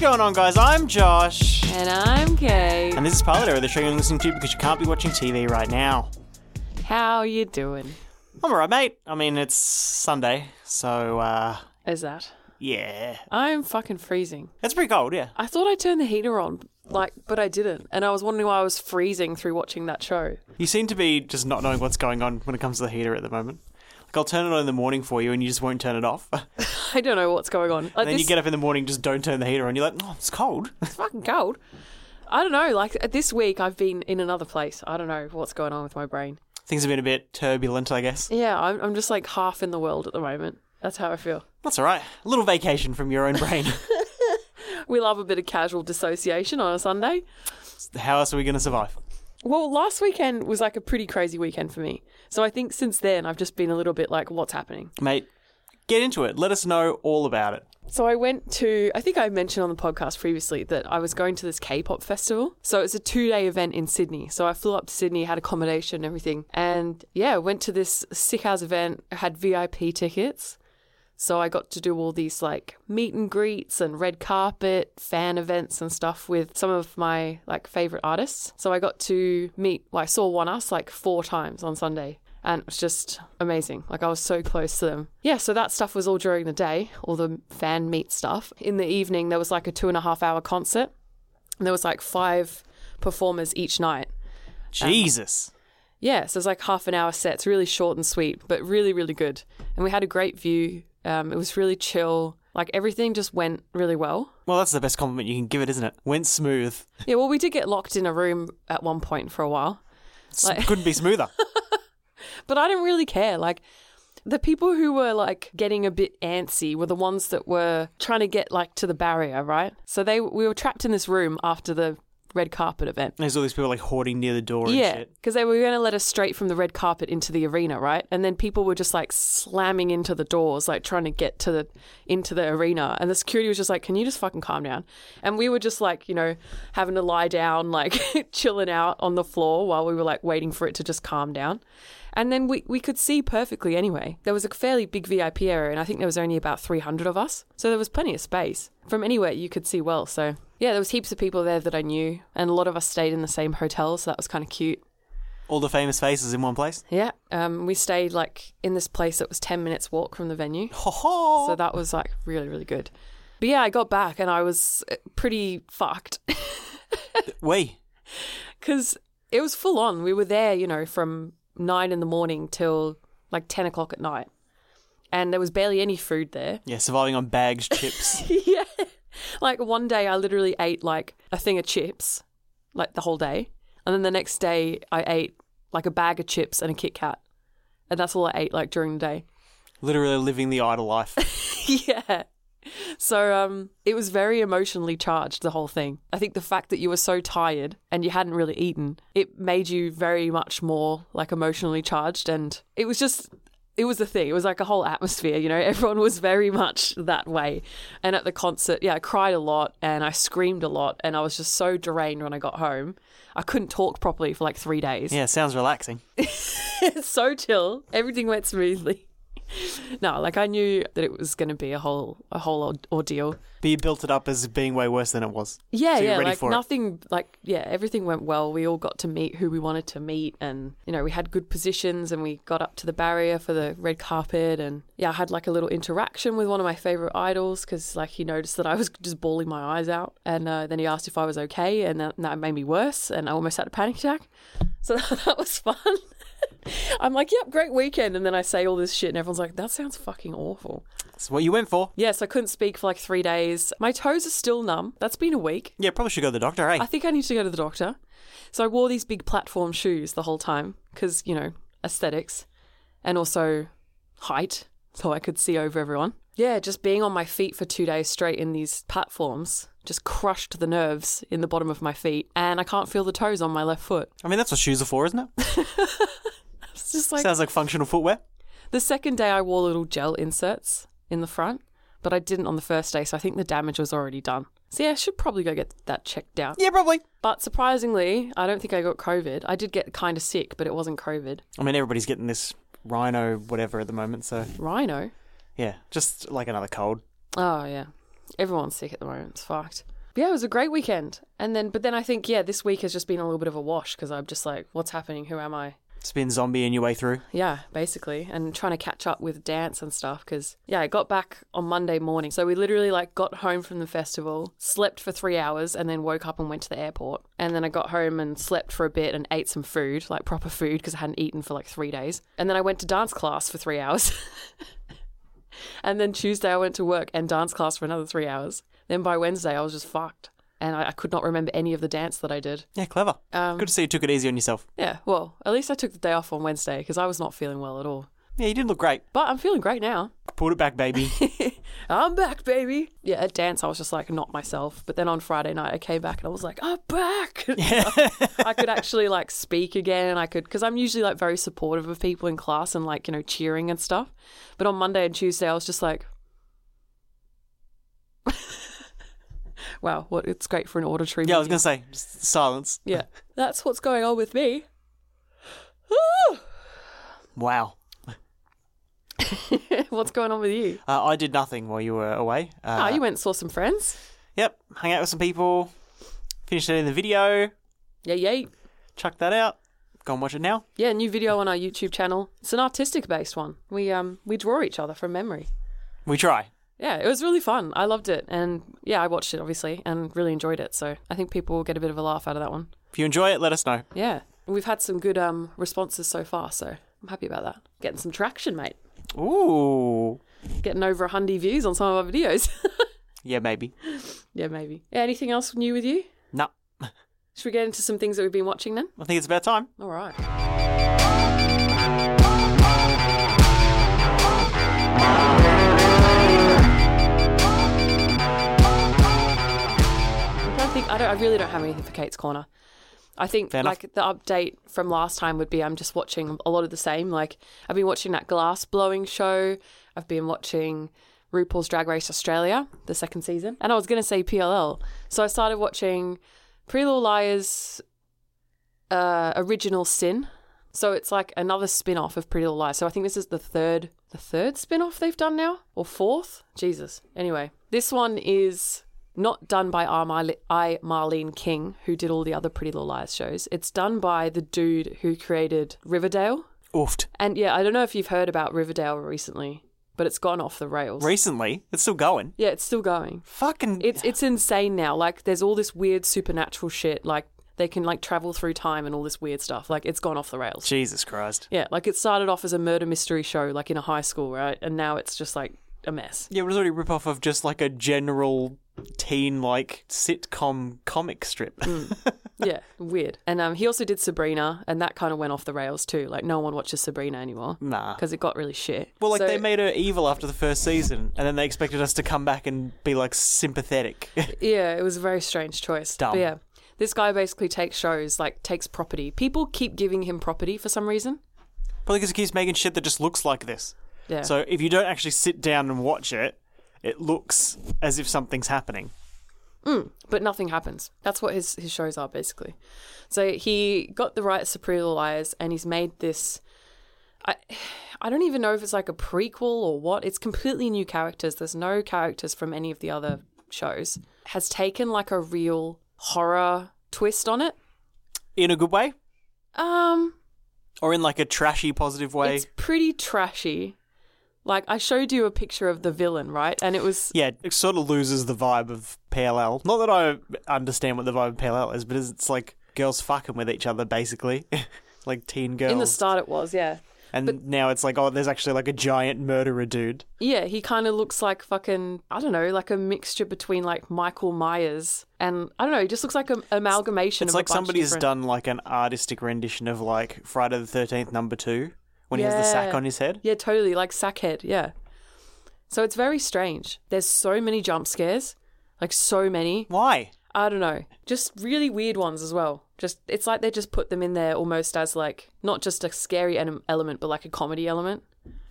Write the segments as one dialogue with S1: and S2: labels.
S1: going on, guys? I'm Josh.
S2: And I'm Kate.
S1: And this is Pilot Error, the show you're listening to because you can't be watching TV right now.
S2: How you doing?
S1: I'm alright, mate. I mean, it's Sunday, so, uh,
S2: Is that?
S1: yeah.
S2: I'm fucking freezing.
S1: It's pretty cold, yeah.
S2: I thought I turned the heater on, like, but I didn't, and I was wondering why I was freezing through watching that show.
S1: You seem to be just not knowing what's going on when it comes to the heater at the moment. Like, I'll turn it on in the morning for you and you just won't turn it off. and
S2: I don't know what's going on. Like,
S1: then
S2: this
S1: you get up in the morning, just don't turn the heater on. You're like, oh, it's cold.
S2: is fucking cold. I don't know. Like uh, this week, I've been in another place. I don't know what's going on with my brain.
S1: Things have been a bit turbulent, I guess.
S2: Yeah, I'm, I'm just like half in the world at the moment. That's how I feel.
S1: That's alright. A little vacation from your own brain.
S2: We love a bit of casual dissociation on a Sunday.
S1: How else are we going to survive?
S2: Well, last weekend was like a pretty crazy weekend for me. So I think since then, I've just been a little bit like, what's happening?
S1: Mate, get into it. Let us know all about it.
S2: So I went to, I think I mentioned on the podcast previously that I was going to this K pop festival. So it's a two day event in Sydney. So I flew up to Sydney, had accommodation and everything. And yeah, went to this sick house event, had VIP tickets. So I got to do all these like meet and greets and red carpet fan events and stuff with some of my like favorite artists. So I got to meet, well, I saw One Us like four times on Sunday. And it was just amazing. Like, I was so close to them. Yeah, so that stuff was all during the day, all the fan meet stuff. In the evening, there was like a two and a half hour concert. And there was like five performers each night.
S1: Jesus.
S2: Yeah, so it's like half an hour sets, really short and sweet, but really, really good. And we had a great view. Um, it was really chill. Like everything just went really well.
S1: Well, that's the best compliment you can give it, isn't it? Went smooth.
S2: Yeah, well, we did get locked in a room at one point for a while,
S1: S- Couldn't be smoother.
S2: but I didn't really care. Like the people who were like getting a bit antsy were the ones that were trying to get like to the barrier, right? So they we were trapped in this room after the red carpet event.
S1: There's all these people like hoarding near the door and
S2: Yeah,
S1: shit.
S2: because they were going to let us straight from the red carpet into the arena, right? And then people were just like slamming into the doors, like trying to get to the into the arena. And the security was just like, "Can you just fucking calm down?" And we were just like, you know, having to lie down, like chilling out on the floor while we were like waiting for it to just calm down. And then we, we could see perfectly anyway. There was a fairly big VIP area, and I think there was only about 300 of us. So there was plenty of space. From anywhere, you could see well. So, yeah, there was heaps of people there that I knew, and a lot of us stayed in the same hotel, so that was kind of cute.
S1: All the famous faces in one place.
S2: Yeah. Um, we stayed like in this place that was 10 minutes walk from the venue.
S1: Ho ho!
S2: So that was like really, really good. But yeah, I got back and I was uh, pretty fucked
S1: we.
S2: because it was full on. We were there, you know, from nine in the morning till like 10 o'clock at night. And there was barely any food there.
S1: Yeah, surviving on bags, chips.
S2: yeah. Like one day I literally ate like a thing of chips, like the whole day. And then the next day I ate like a bag of chips and a Kit Kat. And that's all I ate like during the day.
S1: Literally living the idle life.
S2: yeah. So um, it was very emotionally charged, the whole thing. I think the fact that you were so tired and you hadn't really eaten, it made you very much more like emotionally charged. And it was just, it was the thing. It was like a whole atmosphere, you know, everyone was very much that way. And at the concert, yeah, I cried a lot and I screamed a lot. And I was just so drained when I got home. I couldn't talk properly for like three days
S1: Yeah, sounds relaxing.
S2: so chill. Everything went smoothly. No, like I knew that it was going to be a whole a whole or- ordeal.
S1: But you built it up as being way worse than it was.
S2: Yeah,
S1: So you're
S2: yeah,
S1: ready
S2: like
S1: for it.
S2: nothing like yeah, everything went well. We all got to meet who we wanted to meet and you know, we had good positions and we got up to the barrier for the red carpet and yeah, I had like a little interaction with one of my favorite idols cuz like he noticed that I was just bawling my eyes out and uh, then he asked if I was okay and that, that made me worse and I almost had a panic attack. So that was fun. I'm like, yep, great weekend. And then I say all this shit, and everyone's like, that sounds fucking awful.
S1: That's what you went for.
S2: Yes, I couldn't speak for like three days. My toes are still numb. That's been a week.
S1: Yeah, probably should go to the doctor, eh?
S2: I think I need to go to the doctor. So I wore these big platform shoes the whole time because, you know, aesthetics and also height so I could see over everyone. Yeah, just being on my feet for two days straight in these platforms just crushed the nerves in the bottom of my feet and I can't feel the toes on my left foot.
S1: I mean, that's what shoes are for, isn't it?
S2: It's just like
S1: sounds like functional footwear.
S2: The second day, I wore little gel inserts in the front, but I didn't on the first day, so I think the damage was already done. So yeah, I should probably go get that checked out.
S1: Yeah, probably.
S2: But surprisingly, I don't think I got COVID. I did get kind of sick, but it wasn't COVID.
S1: I mean, everybody's getting this rhino whatever at the moment, so
S2: Rhino.
S1: yeah, just like another cold.
S2: Oh yeah, everyone's sick at the moment. It's fucked. But yeah, it was a great weekend. And then, but then I think, yeah, this week has just been a little bit of a wash because I'm just like, what's happening? Who am I?
S1: It's been zombieing your way through.
S2: Yeah, basically, and trying to catch up with dance and stuff because yeah, I got back on Monday morning, so we literally like got home from the festival, slept for three hours, and then woke up and went to the airport, and then I got home and slept for a bit and ate some food, like proper food, because I hadn't eaten for like three days, and then I went to dance class for three hours, and then Tuesday I went to work and dance class for another three hours. Then by Wednesday I was just fucked, and I, I could not remember any of the dance that I did.
S1: Yeah, clever.
S2: Um,
S1: Good to see you took it easy on yourself.
S2: Yeah, well, at least I took the day off on Wednesday because I was not feeling well at all.
S1: Yeah, you did look great.
S2: But I'm feeling great now.
S1: Pulled it back, baby.
S2: I'm back, baby. Yeah, at dance, I was just like not myself. But then on Friday night, I came back and I was like, I'm back. I could actually like speak again. I could, because I'm usually like very supportive of people in class and like, you know, cheering and stuff. But on Monday and Tuesday, I was just like, wow, what it's great for an auditory.
S1: yeah, I was
S2: medium.
S1: going to say, just silence.
S2: yeah, that's what's going on with me.
S1: Wow.
S2: what's going on with you?
S1: Uh, I did nothing while you were away. Uh,
S2: Ah, you went and saw some friends.
S1: Yep, hung out with some people, finished editing the video,
S2: Yeah, yeah.
S1: chucked that out, go and watch it now.
S2: Yeah, new video on our YouTube channel. It's an artistic based one. We um we draw each other from memory.
S1: We try.
S2: Yeah, it was really fun. I loved it and yeah, I watched it obviously and really enjoyed it. So I think people will get a bit of a laugh out of that one.
S1: If you enjoy it, let us know.
S2: Yeah. We've had some good um responses so far, so I'm happy about that. Getting some traction, mate.
S1: Ooh.
S2: Getting over a hundred views on some of our videos.
S1: Yeah, maybe.
S2: yeah, maybe. Yeah, anything else new with you?
S1: No, I
S2: Should we get into some things that we've been watching then?
S1: think it's about time.
S2: All right. I'm trying to think. I don't. I really don't have anything for Kate's corner. I think
S1: Fair enough.
S2: like the update from last time would be I'm just watching a lot of the same. Like I've been watching that glass blowing show. I've been watching RuPaul's Drag Race Australia, the second season, and I was gonna say PLL. So I started watching Pretty Little Liars, uh, Original Sin. So it's like another spin-off of Pretty Little Liars. So I think this is the third the third spin-off they've done now or fourth? Jesus. Anyway, this one is not done by R. Marle- I. Marlene King, who did all the other Pretty Little Liars shows. It's done by the dude who created Riverdale.
S1: Oofed.
S2: And yeah, I don't know if you've heard about Riverdale recently, but it's gone off the rails.
S1: Recently, it's still going.
S2: yeah, it's still going.
S1: Fucking.
S2: It's it's insane now. Like there's all this weird supernatural shit. Like they can like travel through time and all this weird stuff. Like it's gone off the rails.
S1: Jesus Christ.
S2: Yeah, like it started off as a murder mystery show, like in a high school, right? And now it's just like a mess.
S1: Yeah, it was already a rip off of just like a general teen like sitcom comic strip.
S2: Mm. Yeah, weird. And um, he also did Sabrina, and that kind of went off the rails too. Like no one watches Sabrina anymore
S1: nah.
S2: because it got really shit.
S1: Mm. Well, like
S2: So-
S1: they made her evil after the first season, and then they expected us to come back and be like sympathetic.
S2: Yeah, it was a very strange choice.
S1: Dumb.
S2: But yeah. This guy basically takes shows, like takes property. People keep giving him property for some reason.
S1: Probably because it keeps making shit that just looks like this.
S2: Yeah.
S1: So if you don't actually sit down and watch it, it looks as if something's happening.
S2: but nothing happens. That's what his, his shows are basically. So he got the rights to Pretty Little Liars, and he's made this. I I don't even know if it's like a prequel or what. It's completely new characters. There's no characters from any of the other shows. Has taken like a real horror twist on it.
S1: In a good way,
S2: Um,
S1: or in like a trashy positive way.
S2: it's pretty trashy. Like I showed you a picture of the villain, right? And it was
S1: Yeah, it sort of loses the vibe of PLL. Not that I understand what the vibe of PLL is, but it's like girls fucking with each other, basically. like teen girls.
S2: in the start. It was yeah.
S1: and now it's like, oh, there's actually like a giant murderer dude.
S2: Yeah, he kind of looks like fucking, I don't know, like a mixture between like Michael Myers and I don't know, he just looks like an amalgamation
S1: It's
S2: of a
S1: like
S2: bunch of
S1: somebody's
S2: different-
S1: done like an artistic rendition of like Friday the 13th, number two, when he has the sack
S2: Yeah.
S1: on his head.
S2: Yeah, totally, like Sackhead, yeah. So it's very strange. There's so many jump scares, like so many.
S1: Why?
S2: I don't know, just really weird ones as well. Just it's like they just put them in there almost as like not just a scary ele- element, but like a comedy element.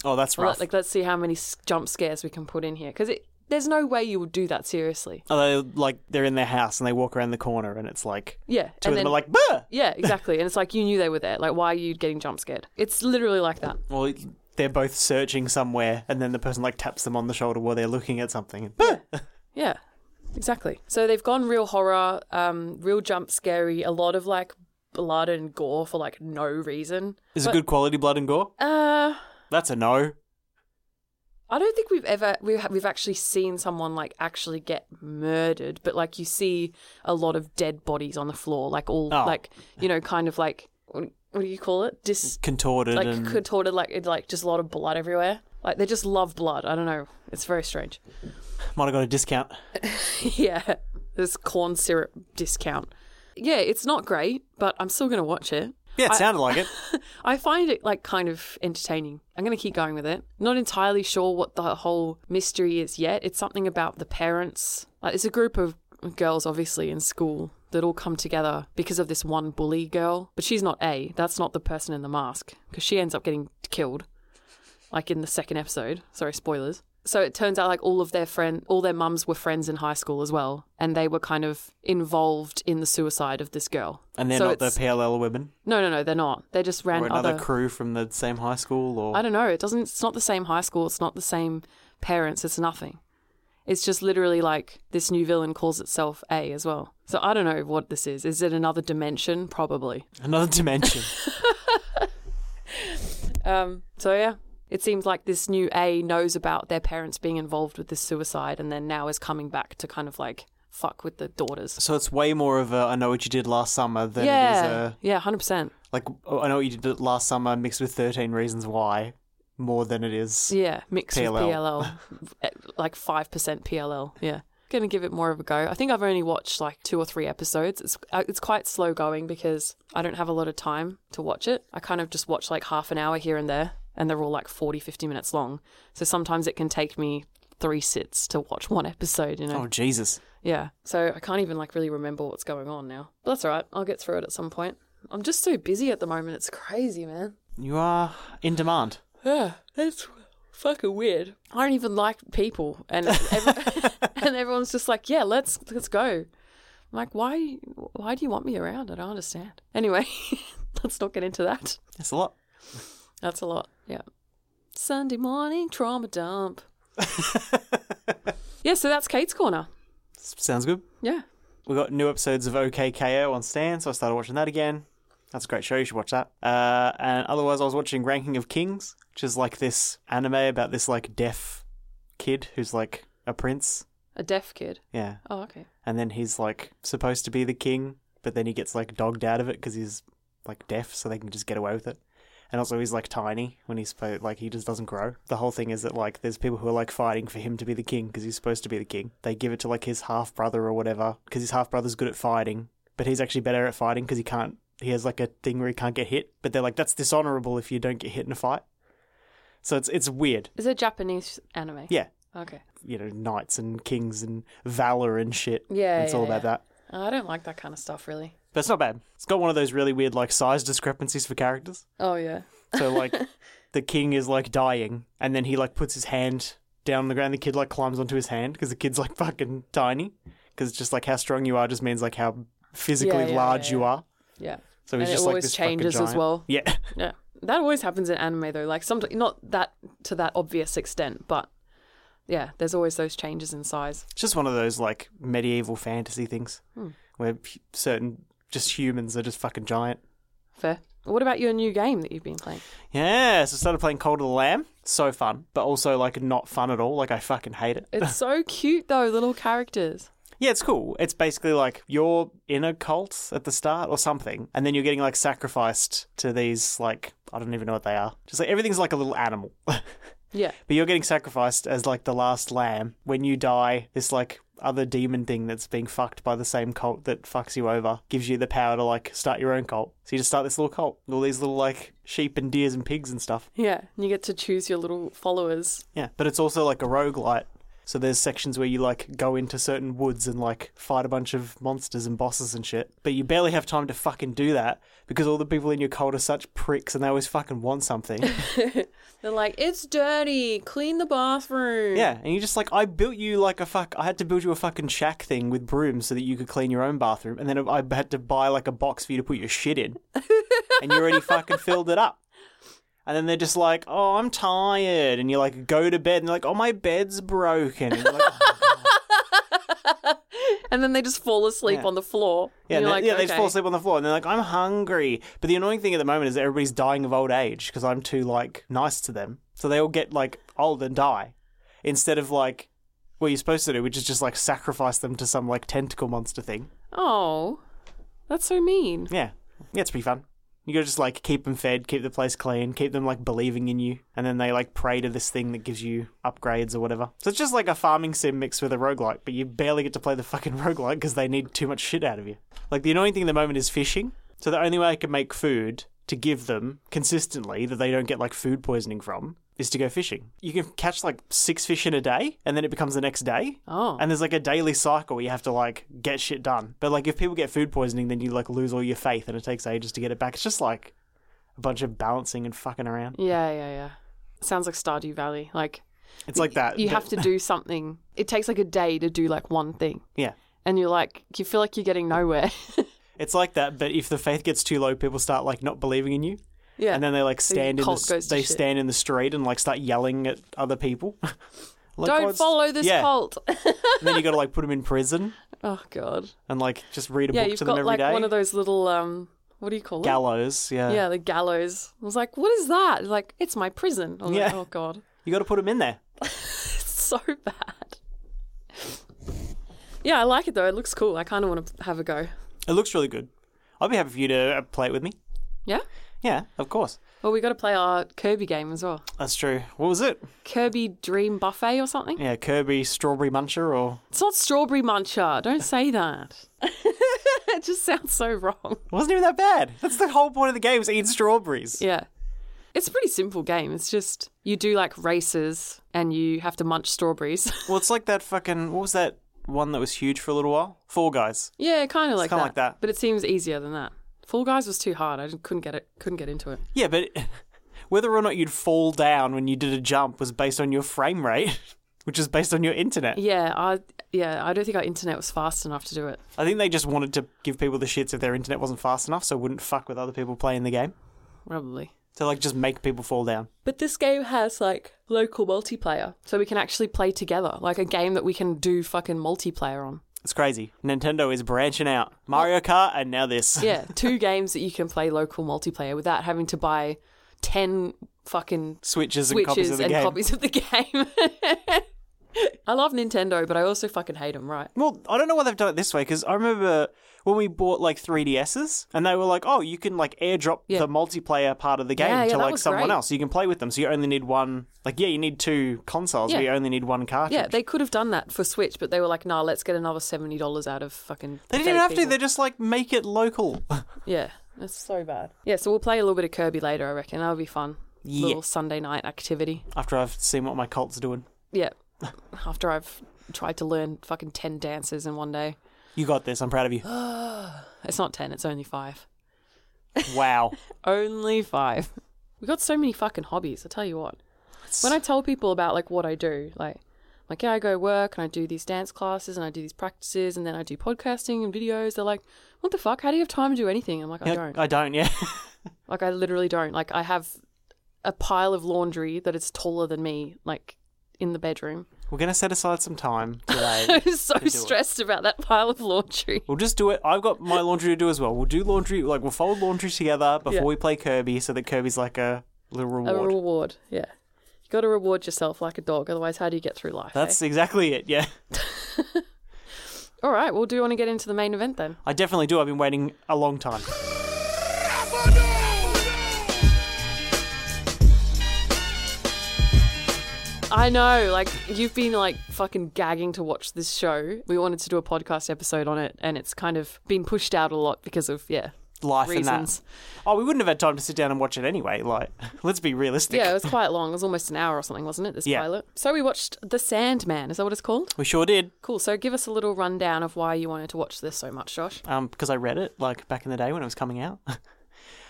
S1: Oh, that's rough.
S2: Like, like let's see how many s- jump scares we can put in here because there's no way you would do that seriously.
S1: Oh, they like they're in their house and they walk around the corner and it's like
S2: Yeah,
S1: two
S2: and
S1: of them
S2: then-
S1: are like, bah!
S2: Yeah, exactly. And it's like you knew they were there. Like, why are you getting jump scared? It's literally like that.
S1: Well, they're both searching somewhere and then the person like taps them on the shoulder while they're looking at something. Bah!
S2: Yeah. exactly. So they've gone real horror, um, real jump scary, a lot of like blood and gore for like no reason.
S1: Is
S2: But-
S1: it good quality blood and gore?
S2: Uh,
S1: That's a no.
S2: I don't think we've ever we've we've actually seen someone like actually get murdered, but like you see a lot of dead bodies on the floor, like all
S1: Oh.
S2: like you know, kind of like what, what do you call it? Dis
S1: Contorted
S2: like
S1: and
S2: contorted, like it, like just a lot of blood everywhere. Like they just love blood. I don't know. It's very strange.
S1: might have got a discount.
S2: yeah, this corn syrup discount. Yeah, it's not great, but I'm still gonna watch it.
S1: Yeah, it sounded like it.
S2: I find it like kind of entertaining. I'm going to keep going with it. Not entirely sure what the whole mystery is yet. It's something about the parents. Like it's a group of girls obviously in school that all come together because of this one bully girl, but she's not A. That's not the person in the mask because she ends up getting killed like in the second episode. Sorry, spoilers. So it turns out like all of their friend all their mums were friends in high school as well, and they were kind of involved in the suicide of this girl.
S1: And they're
S2: So
S1: not the
S2: it's-
S1: PLL women
S2: No, no, no, they're not. They're just
S1: or
S2: random
S1: another
S2: other
S1: crew from the same high school or
S2: I don't know. It doesn't. It's not the same high school. It's not the same parents. It's nothing. It's just literally like this new villain calls itself A as well. So I don't know what this is. Is it another dimension? Probably.
S1: another dimension.
S2: Um, so yeah, it seems like this new A knows about their parents being involved with this suicide, and then now is coming back to kind of like fuck with the daughters.
S1: so it's way more of a I know what you did last summer than it is uh,
S2: yeah,
S1: a
S2: yeah, hundred percent.
S1: like oh, I know what you did last summer mixed with thirteen reasons why more than it is
S2: Yeah, mixed with
S1: PLL.
S2: PLL, Eh, like five percent PLL. Yeah, gonna give it more of a go. I think I've only watched like two or three episodes. It's uh, it's quite slow going because I don't have a lot of time to watch it. I kind of just watch like half an hour here and there, and they're all like 40, 50 minutes long. So sometimes it can take me three sits to watch one episode. You know,
S1: Oh Jesus.
S2: yeah. So I can't even like really remember what's going on now. But that's all right. I'll get through it at some point. I'm just so busy at the moment. It's crazy, man.
S1: You are in demand.
S2: Yeah, that's fucking weird. I don't even like people, and ev- and everyone's just like, yeah, let's let's go. I'm like, why why do you want me around? I don't understand. Anyway, let's not get into that.
S1: That's a lot.
S2: That's a lot. Yeah. Sunday morning trauma dump. yeah, so that's Kate's corner.
S1: S- Sounds good.
S2: Yeah.
S1: We got new episodes of OKKO on Stan, so I started watching that again. That's a great show. You should watch that. Uh, and otherwise, I was watching Ranking of Kings, which is like this anime about this like deaf kid who's like a prince.
S2: A deaf kid.
S1: Yeah,
S2: Oh, okay.
S1: and then he's like supposed to be the king, but then he gets like dogged out of it because he's like deaf, so they can just get away with it. And also, he's like tiny when he's supposed like he just doesn't grow. The whole thing is that like there's people who are like fighting for him to be the king because he's supposed to be the king. They give it to like his half brother or whatever because his half brother's good at fighting, but he's actually better at fighting because he can't. He has like a thing where he can't get hit, but they're like that's dishonorable if you don't get hit in a fight. So it's it's weird,
S2: Is it Japanese anime?
S1: yeah.
S2: Okay.
S1: You know, knights and kings and valor and shit.
S2: Yeah,
S1: it's all
S2: yeah,
S1: about
S2: yeah.
S1: that.
S2: I don't like that kind of stuff, really.
S1: But it's not bad. It's got one of those really weird like size discrepancies for characters.
S2: Oh yeah.
S1: So like the king is like dying and then he like puts his hand down on the ground the kid like climbs onto his hand because the kid's like fucking tiny because just like how strong you are just means like how physically
S2: Yeah, yeah,
S1: large
S2: yeah,
S1: you
S2: yeah.
S1: are.
S2: Yeah.
S1: So he's
S2: And it
S1: just like
S2: always
S1: this fucking
S2: changes as
S1: giant-
S2: well.
S1: Yeah.
S2: Yeah, that always happens in anime though. Like some, not that to that obvious extent, but yeah, there's always those changes in size.
S1: It's just one of those like medieval fantasy things
S2: Hmm.
S1: where p- certain just humans are just fucking giant.
S2: Fair. What about your new game that you've been playing?
S1: Yeah, so I started playing Cold of the Lamb. So fun, but also like not fun at all. Like I fucking hate it.
S2: It's so cute though, the little characters.
S1: Yeah, it's cool. It's basically like you're in a cult at the start or something, and then you're getting like sacrificed to these like I don't even know what they are. Just like everything's like a little animal. but
S2: Yeah,
S1: you're getting sacrificed as like the last lamb. When you die, this like other demon thing that's being fucked by the same cult that fucks you over gives you the power to like start your own cult. So you just start this little cult. All these little like sheep and deers and pigs and stuff.
S2: yeah. And you get to choose your little followers.
S1: Yeah, but it's also like a roguelite. So there's sections where you like go into certain woods and like fight a bunch of monsters and bosses and shit. But you barely have time to fucking do that because all the people in your cult are such pricks and they always fucking want something.
S2: They're like, it's dirty. Clean the bathroom.
S1: yeah, and you're just like, I built you like a fuck. I had to build you a fucking shack thing with brooms so that you could clean your own bathroom, and then I had to buy like a box for you to put your shit in, and you already fucking filled it up. And then they're just like, oh, I'm tired. And you like, go to bed. And they're like, oh, my bed's broken. And you're like, "Oh, God."
S2: and then they just fall asleep
S1: Yeah.
S2: on the floor.
S1: Yeah,
S2: and
S1: and
S2: you're
S1: they-
S2: like,
S1: yeah, they just
S2: okay.
S1: fall asleep on the floor, and they're like, "I'm hungry." But the annoying thing at the moment is that everybody's dying of old age because I'm too like nice to them, so they all get like old and die, instead of like what you're supposed to do, which is just like sacrifice them to some like tentacle monster thing.
S2: Oh, that's so mean.
S1: Yeah, yeah, it's pretty fun. You gotta just like keep them fed, keep the place clean, keep them like believing in you, and then they like pray to this thing that gives you upgrades or whatever. So it's just like a farming sim mixed with a roguelike, but you barely get to play the fucking roguelike because they need too much shit out of you. Like the annoying thing at the moment is fishing. So the only way I can make food to give them consistently that they don't get like food poisoning from is to go fishing. You can catch like six fish in a day, and then it becomes the next day.
S2: Oh,
S1: And there's like a daily cycle where you have to like get shit done. But like if people get food poisoning, then you like lose all your faith and it takes ages to get it back. It's just like a bunch of balancing and fucking around.
S2: yeah, yeah, yeah. Sounds like Stardew Valley. Like
S1: It's like that.
S2: you
S1: but-
S2: have to do something. It takes like a day to do like one thing,
S1: Yeah.
S2: and you're like, you feel like you're getting nowhere.
S1: It's like that, but if the faith gets too low, people start like not believing in you.
S2: yeah,
S1: And then they like stand in
S2: cult
S1: the,
S2: goes to
S1: they
S2: shit.
S1: stand in the street and like start yelling at other people. Like, "Oh,
S2: don't
S1: it's-"
S2: follow this
S1: yeah.
S2: cult.
S1: and then you got to like put them in prison
S2: oh God.
S1: and like just read a
S2: Yeah,
S1: book
S2: you've
S1: to them
S2: got
S1: every day.
S2: like one of those little um, what do you call it?
S1: Gallows, yeah.
S2: Yeah, the gallows. I was like, what is that? Like, it's my prison. I was like,
S1: Yeah.
S2: oh God.
S1: You got to put them in there.
S2: so bad. Yeah, I like it though. It looks cool. I kind of want to have a go.
S1: It looks really good. I'd be happy for you to uh, play it with me.
S2: Yeah.
S1: Yeah, of course.
S2: Well, we got to play our Kirby game as well.
S1: That's true. What was it?
S2: Kirby Dream Buffet or something.
S1: Yeah, Kirby Strawberry Muncher or
S2: It's not Strawberry Muncher. Don't say that. it just sounds so wrong.
S1: it wasn't even that bad. That's the whole point of the game is eat strawberries.
S2: Yeah. It's a pretty simple game. It's just you do like races and you have to munch strawberries.
S1: Well, it's like that fucking what was that one that was huge for a little while? Four Guys.
S2: yeah, kind of like
S1: kinda
S2: that.
S1: like that.
S2: But it seems easier than that. Fall Guys was too hard. I just couldn't get it. Couldn't get into it.
S1: Yeah, but whether or not you'd fall down when you did a jump was based on your frame rate, which is based on your internet.
S2: Yeah, I yeah, I don't think our internet was fast enough to do it.
S1: I think they just wanted to give people the shits if their internet wasn't fast enough, so it wouldn't fuck with other people playing the game.
S2: Probably.
S1: To like just make people fall down.
S2: But this game has like local multiplayer, so we can actually play together, like a game that we can do fucking multiplayer on.
S1: It's crazy. Nintendo is branching out. Mario Kart and now this.
S2: Yeah, two games that you can play local multiplayer without having to buy 10 fucking
S1: Switches and copies of
S2: switches
S1: the
S2: and
S1: game.
S2: copies of the game. I love Nintendo, but I also fucking hate them, right?
S1: Well, I don't know why they've done it this way because I remember when we bought like 3DSs and they were like, oh, you can like airdrop
S2: Yeah.
S1: the multiplayer part of the game
S2: Yeah, yeah,
S1: to
S2: that
S1: like
S2: was
S1: someone
S2: great.
S1: else. So you can play with them. So you only need one. Like, yeah, you need two consoles, but
S2: Yeah.
S1: you only need one cartridge.
S2: Yeah, they could have done that for Switch, but they were like, nah, let's get another $70 out of fucking.
S1: They didn't even have to. They just like make it local.
S2: Yeah, that's so bad. Yeah, so we'll play a little bit of Kirby later, I reckon. That'll be fun.
S1: Yeah.
S2: Little Sunday night activity.
S1: After I've seen what my cult's doing,
S2: Yeah. After I've tried to learn fucking 10 dances in one day.
S1: you got this. I'm proud of you.
S2: It's not 10, it's only five.
S1: wow.
S2: Only five. We got so many fucking hobbies, I tell you what. When I tell people about like what I do, like like yeah, I go work and I do these dance classes and I do these practices and then I do podcasting and videos, they're like, What the fuck? How do you have time to do anything? I'm like, I
S1: Yeah,
S2: don't.
S1: I don't. Yeah.
S2: Like I literally don't. Like I have a pile of laundry that is taller than me, like in the bedroom.
S1: We're gonna set aside some time today.
S2: I was so
S1: do it.
S2: stressed about that pile of laundry.
S1: We'll just do it. I've got my laundry to do as well. We'll do laundry, like we'll fold laundry together before
S2: Yeah.
S1: we play Kirby, so that Kirby's like a little
S2: A
S1: reward.
S2: reward, yeah. You got to reward yourself like a dog, otherwise, how do you get through life? eh?
S1: That's exactly it. Yeah.
S2: all right. Well, do you want to get into the main event then?
S1: I definitely do. I've been waiting a long time.
S2: I know, like you've been like fucking gagging to watch this show. We wanted to do a podcast episode on it, and it's kind of been pushed out a lot because of yeah
S1: Life and that.
S2: reasons.
S1: Oh, we wouldn't have had time to sit down and watch it anyway. Like, let's be realistic.
S2: Yeah, it was quite long. It was almost an hour or something, wasn't it? This
S1: Yeah.
S2: pilot. So we watched The Sandman. Is that what it's called?
S1: We sure did.
S2: Cool. So give us a little rundown of why you wanted to watch this so much, Josh.
S1: Um, because I read it like back in the day when it was coming out.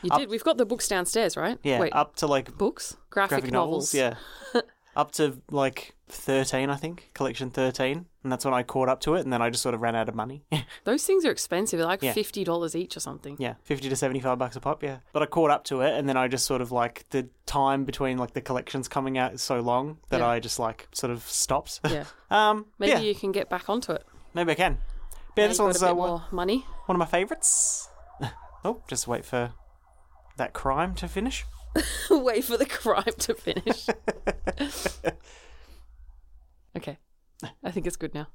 S2: You did. We've got the books downstairs, right?
S1: yeah,
S2: Wait,
S1: up to like
S2: books, graphic,
S1: graphic novels. Yeah, up to like thirteen, I think, collection thirteen, and that's when I caught up to it, and then I just sort of ran out of money.
S2: Those things are expensive. They're like
S1: Yeah.
S2: fifty dollars each or something.
S1: Yeah, fifty to seventy-five bucks a pop. Yeah, but I caught up to it, and then I just sort of like the time between like the collections coming out is so long that
S2: Yeah.
S1: I just like sort of stopped.
S2: Yeah.
S1: um,
S2: Maybe
S1: yeah,
S2: you can get back onto it.
S1: maybe I can. yeah,
S2: Now
S1: this
S2: you've
S1: one's
S2: got a
S1: uh,
S2: bit
S1: one,
S2: more money.
S1: one of my favourites. oh, just wait for that crime to finish.
S2: Wait for the crime to finish. okay. I think it's good now.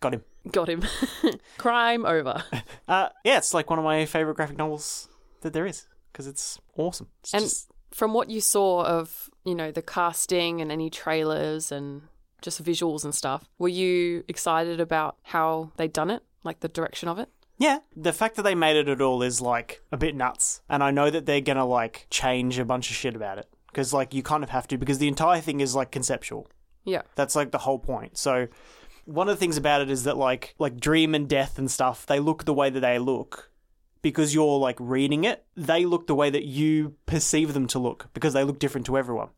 S1: Got him.
S2: Got him. crime over.
S1: Uh, yeah, it's like one of my favourite graphic novels that there is because it's awesome. It's
S2: And-
S1: just,
S2: From what you saw of, you know, the casting and any trailers and just visuals and stuff, were you excited about how they done it? Like the direction of it?
S1: yeah, the fact that they made it at all is like a bit nuts. And I know that they're going to like change a bunch of shit about it because like you kind of have to because the entire thing is like conceptual.
S2: Yeah.
S1: That's like the whole point. So one of the things about it is that like like dream and death and stuff, they look the way that they look because you're like reading it. They look the way that you perceive them to look because they look different to everyone.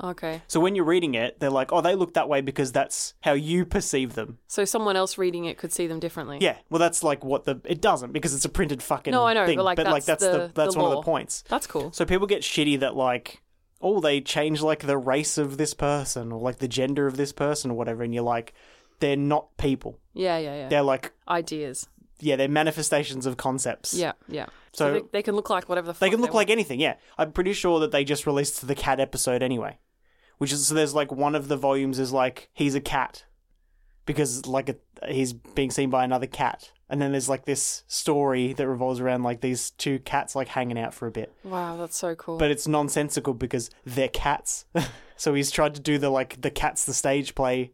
S2: Okay.
S1: So when you're reading it, they're like, "Oh, they look that way because that's how you perceive them."
S2: So someone else reading it could see them differently.
S1: Yeah. Well, that's like what the it doesn't because it's a printed fucking
S2: No, I know,
S1: thing.
S2: but, like, that's
S1: that's
S2: the-
S1: that's
S2: the
S1: one
S2: law.
S1: of the points.
S2: That's cool.
S1: So people get shitty that like, oh, they change like the race of this person or like the gender of this person or whatever, and you're like, they're not people.
S2: Yeah, yeah, yeah.
S1: They're like,
S2: Ideas.
S1: yeah, they're manifestations of concepts.
S2: Yeah, yeah.
S1: So,
S2: they, they can look like whatever the fuck
S1: they can look
S2: want.
S1: like anything. Yeah, I'm pretty sure that they just released the cat episode anyway, which is so there's like one of the volumes is like he's a cat because like a, he's being seen by another cat, and then there's like this story that revolves around like these two cats like hanging out for a bit.
S2: Wow, that's so cool.
S1: but it's nonsensical because they're cats. so he's tried to do the like the cats the stage play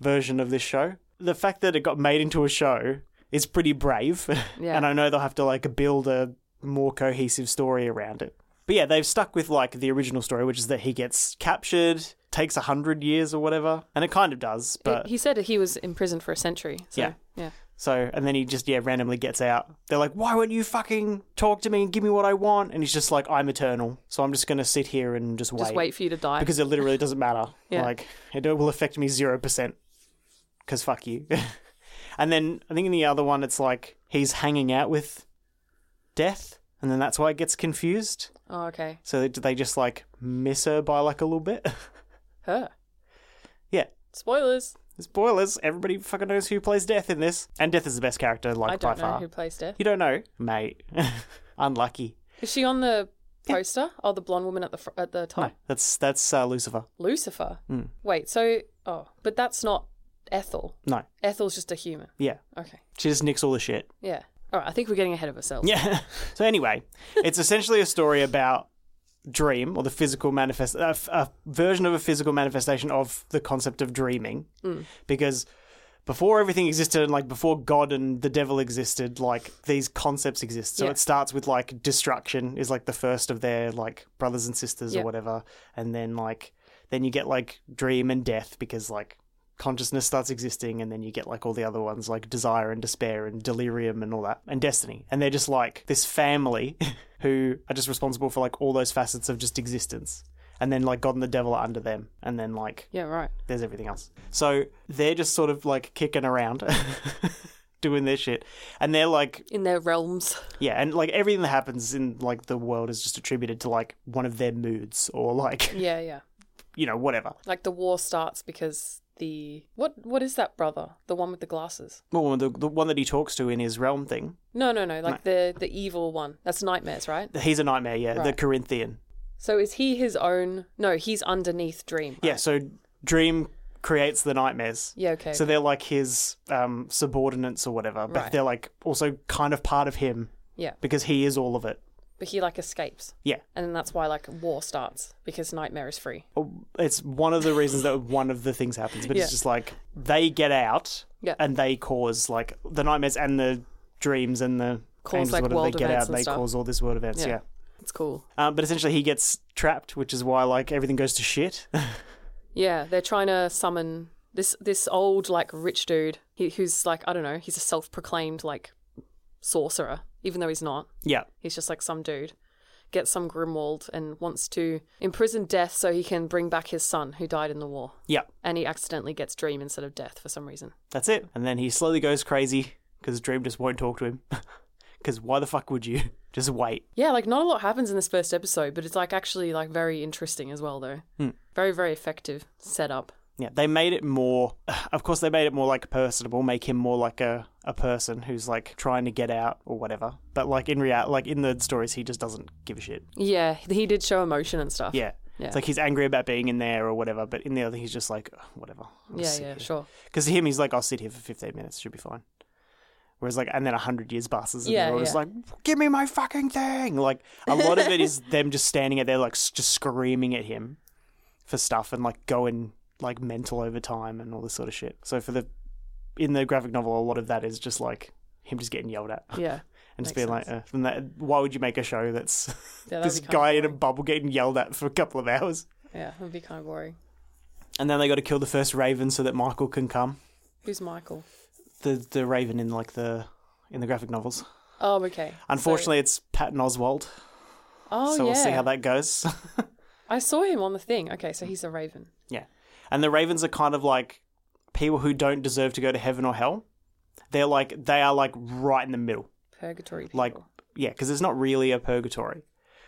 S1: version of this show. The fact that it got made into a show is pretty brave,
S2: Yeah.
S1: and I know they'll have to like build a more cohesive story around it. But yeah, they've stuck with like the original story, which is that he gets captured, takes a hundred years or whatever, and it kind of does. But
S2: he said he was in prison for a century. So,
S1: Yeah.
S2: yeah.
S1: So, and then he just, yeah, randomly gets out. They're like, why won't you fucking talk to me and give me what I want? And he's just like, I'm eternal. So I'm just going to sit here and just wait.
S2: Just wait for you to die.
S1: Because it literally doesn't matter.
S2: Yeah.
S1: Like, it will affect me 0%. Because fuck you. and then I think in the other one, it's like he's hanging out with death. And then that's why it gets confused.
S2: oh, okay.
S1: So they, they just like miss her by like a little bit.
S2: Her.
S1: yeah.
S2: Spoilers.
S1: Spoilers. Everybody fucking knows who plays Death in this. And Death is the best character, like,
S2: I don't
S1: by
S2: know
S1: far.
S2: who plays Death.
S1: You don't know, mate. Unlucky.
S2: Is she on the poster? Oh, the blonde woman at the fr- at the top.
S1: No, that's that's uh, Lucifer.
S2: Lucifer.
S1: Hmm.
S2: Wait. So, oh, but that's not Ethel.
S1: No,
S2: Ethel's just a human.
S1: yeah,
S2: Okay.
S1: she just nicks all the shit.
S2: Yeah. All right. I think we're getting ahead of ourselves.
S1: Yeah. so anyway, it's essentially a story about dream or the physical manifest, a, f- a version of a physical manifestation of the concept of dreaming, because. Before everything existed, and like before God and the devil existed, like these concepts exist. So
S2: Yeah.
S1: it starts with like destruction is like the first of their like brothers and sisters
S2: Yeah.
S1: or whatever, and then like then you get like dream and death because like consciousness starts existing and then you get like all the other ones like desire and despair and delirium and all that and destiny and they're just like this family who are just responsible for like all those facets of just existence and then like god and the devil are under them and then like
S2: Yeah. Right.
S1: there's everything else so they're just sort of like kicking around doing their shit and they're like
S2: In their realms.
S1: yeah and like everything that happens in like the world is just attributed to like one of their moods or like
S2: Yeah. Yeah.
S1: you know whatever
S2: Like the war starts because the what what is that brother? The one with the glasses.
S1: well the, the one that he talks to in his realm thing
S2: No, no, no. Like the the evil one. That's nightmares, right?
S1: He's a nightmare, yeah. The
S2: Right.
S1: Corinthian.
S2: So is he his own? No, he's underneath Dream.
S1: Yeah,
S2: right?
S1: so Dream creates the nightmares.
S2: Yeah. Okay.
S1: So they're like his um, subordinates or whatever, but
S2: Right.
S1: they're like also kind of part of him
S2: yeah.
S1: because he is all of it.
S2: But he like escapes,
S1: Yeah.
S2: and then that's why like war starts because nightmare is free.
S1: It's one of the reasons that one of the things happens, but
S2: Yeah.
S1: it's just like they get out
S2: Yeah.
S1: and they cause like the nightmares and the dreams and the
S2: Cause,
S1: angels,
S2: like,
S1: whatever,
S2: world
S1: they get
S2: events
S1: out
S2: and
S1: they
S2: stuff.
S1: cause all this world events,
S2: Yeah.
S1: yeah.
S2: It's cool.
S1: Um, but essentially he gets trapped, which is why like everything goes to shit.
S2: Yeah, they're trying to summon this this old like rich dude he, who's like I don't know. He's a self proclaimed like sorcerer, even though he's not.
S1: yeah.
S2: He's just like some dude. Gets some Grimwald and wants to imprison Death so he can bring back his son who died in the war.
S1: Yeah.
S2: And he accidentally gets Dream instead of Death for some reason.
S1: That's it. And then he slowly goes crazy because Dream just won't talk to him. Because why the fuck would you? Just wait.
S2: Yeah, like not a lot happens in this
S1: Hmm.
S2: first episode, but it's like actually like very interesting as well, though. Very very effective setup.
S1: Yeah, they made it more. Of course, they made it more like personable, make him more like a, a person who's like trying to get out or whatever. But like in real, like in the stories, he just doesn't give a shit.
S2: Yeah, he did show emotion and stuff.
S1: Yeah.
S2: Yeah.
S1: It's like he's angry about being in there or whatever, but in the other, he's just like, "Ugh, whatever.
S2: yeah, yeah, sure.
S1: Because to him, he's like, I'll sit here for 15 minutes, should be fine. Whereas, like, and then 100 years passes, and
S2: Yeah,
S1: they're always
S2: yeah.
S1: like, give me my fucking thing. Like, a lot of it is them just standing out there, like, s- just screaming at him for stuff and, like, going, like, mental over time and all this sort of shit. So, for the, in the graphic novel, a lot of that is just, like, him just getting yelled at
S2: Yeah.
S1: and just
S2: makes
S1: being like, uh, and that, why would you make a show that's
S2: Yeah, that'd
S1: this
S2: be kinda
S1: guy in a
S2: boring.
S1: bubble getting yelled at for a couple of hours?
S2: Yeah, it would be kind of boring.
S1: And then they got to kill the first raven so that Michael can come.
S2: Who's Michael?
S1: the the Raven in like the in the graphic novels.
S2: Oh, okay.
S1: Unfortunately, it's Patton Oswald,
S2: so, oh,
S1: so we'll
S2: yeah.
S1: see how that goes.
S2: I saw him on the thing. Okay, so he's a raven.
S1: yeah, and the Ravens are kind of like people who don't deserve to go to heaven or hell. They're like they are like right in the middle.
S2: Purgatory people.
S1: Like yeah, because it's not really a purgatory.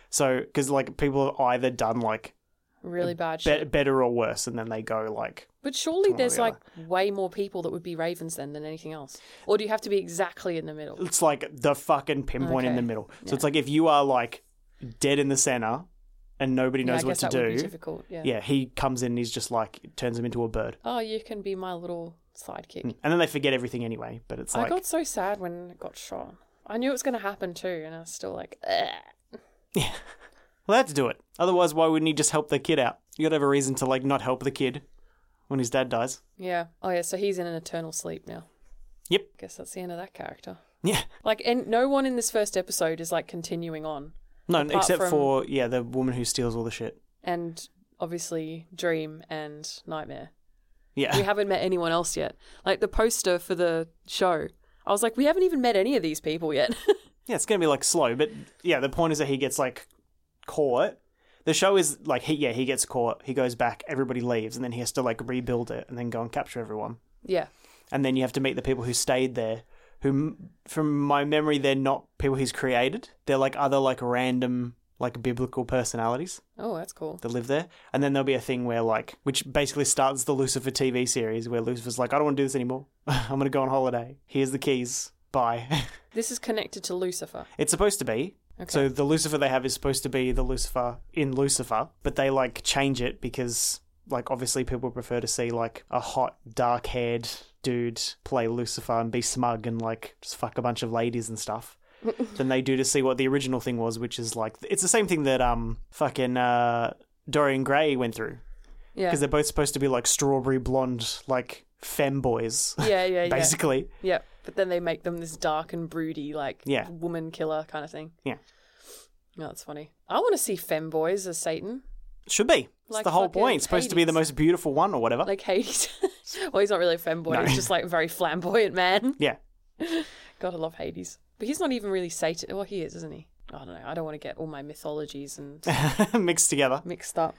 S1: So because like people have either done like
S2: really bad
S1: be-
S2: shit.
S1: better or worse, and then they go like
S2: But surely
S1: One or
S2: there's
S1: the
S2: like
S1: other.
S2: way more people that would be ravens then than anything else. Or do you have to be exactly in the middle?
S1: it's like the fucking pinpoint in
S2: Okay.
S1: the middle. So
S2: Yeah.
S1: it's like if you are like dead in the center and nobody
S2: yeah, I
S1: knows
S2: guess
S1: what to
S2: that would be
S1: do.
S2: difficult. Yeah.
S1: Yeah, he comes in and he's just like turns him into a bird.
S2: Oh, you can be my little sidekick.
S1: And then they forget everything anyway, but it's
S2: I
S1: like
S2: got so sad when it got shot. I knew it was going to happen too, and I was still like, Ugh.
S1: well, they had to do it. Otherwise, why wouldn't he just help the kid out? You got to have a reason to like not help the kid when his dad dies.
S2: yeah. Oh, yeah. So he's in an eternal sleep now.
S1: Yep.
S2: Guess that's the end of that character.
S1: Yeah.
S2: Like, and no one in this first episode is like continuing on.
S1: No,
S2: Apart
S1: except
S2: from-
S1: for yeah, the woman who steals all the shit.
S2: And obviously, Dream and Nightmare.
S1: Yeah.
S2: We haven't met anyone else yet. Like, the poster for the show, I was like, we haven't even met any of these people yet.
S1: Yeah, it's going to be like slow, but yeah, the point is that he gets like caught. The show is like he yeah, he gets caught. He goes back, everybody leaves, and then he has to like rebuild it and then go and capture everyone.
S2: yeah.
S1: And then you have to meet the people who stayed there. Who, m- from my memory, they're not people he's created. They're like other like random like biblical personalities
S2: Oh, that's cool.
S1: that live there. And then there'll be a thing where like, which basically starts the Lucifer TV series where Lucifer's like, I don't want to do this anymore. I'm gonna go on holiday. Here's the keys. Bye.
S2: This is connected to Lucifer.
S1: It's supposed to be.
S2: Okay.
S1: So the Lucifer they have is supposed to be the Lucifer in Lucifer, but they like change it because like obviously people prefer to see like a hot dark-haired dude play Lucifer and be smug and like just fuck a bunch of ladies and stuff. than they do to see what the original thing was, which is like it's the same thing that um fucking uh Dorian Gray went through
S2: yeah.
S1: because they're both supposed to be like strawberry blonde like femboys
S2: yeah, yeah, yeah.
S1: basically.
S2: Yeah, but then they make them this dark and broody, like
S1: Yeah.
S2: woman killer kind of thing.
S1: Yeah.
S2: No, that's funny. I want to see femboys as Satan,
S1: Should be. it's
S2: Like
S1: the whole
S2: fucking
S1: point. It's supposed to be the
S2: Hades.
S1: most beautiful one or whatever.
S2: like Hades. well, he's not really a femboy.
S1: No.
S2: He's just like a very flamboyant man.
S1: yeah.
S2: God, I love Hades, but he's not even really Satan. Well, he is, isn't he? I don't know. I don't want to get all my mythologies and
S1: mixed together.
S2: mixed up.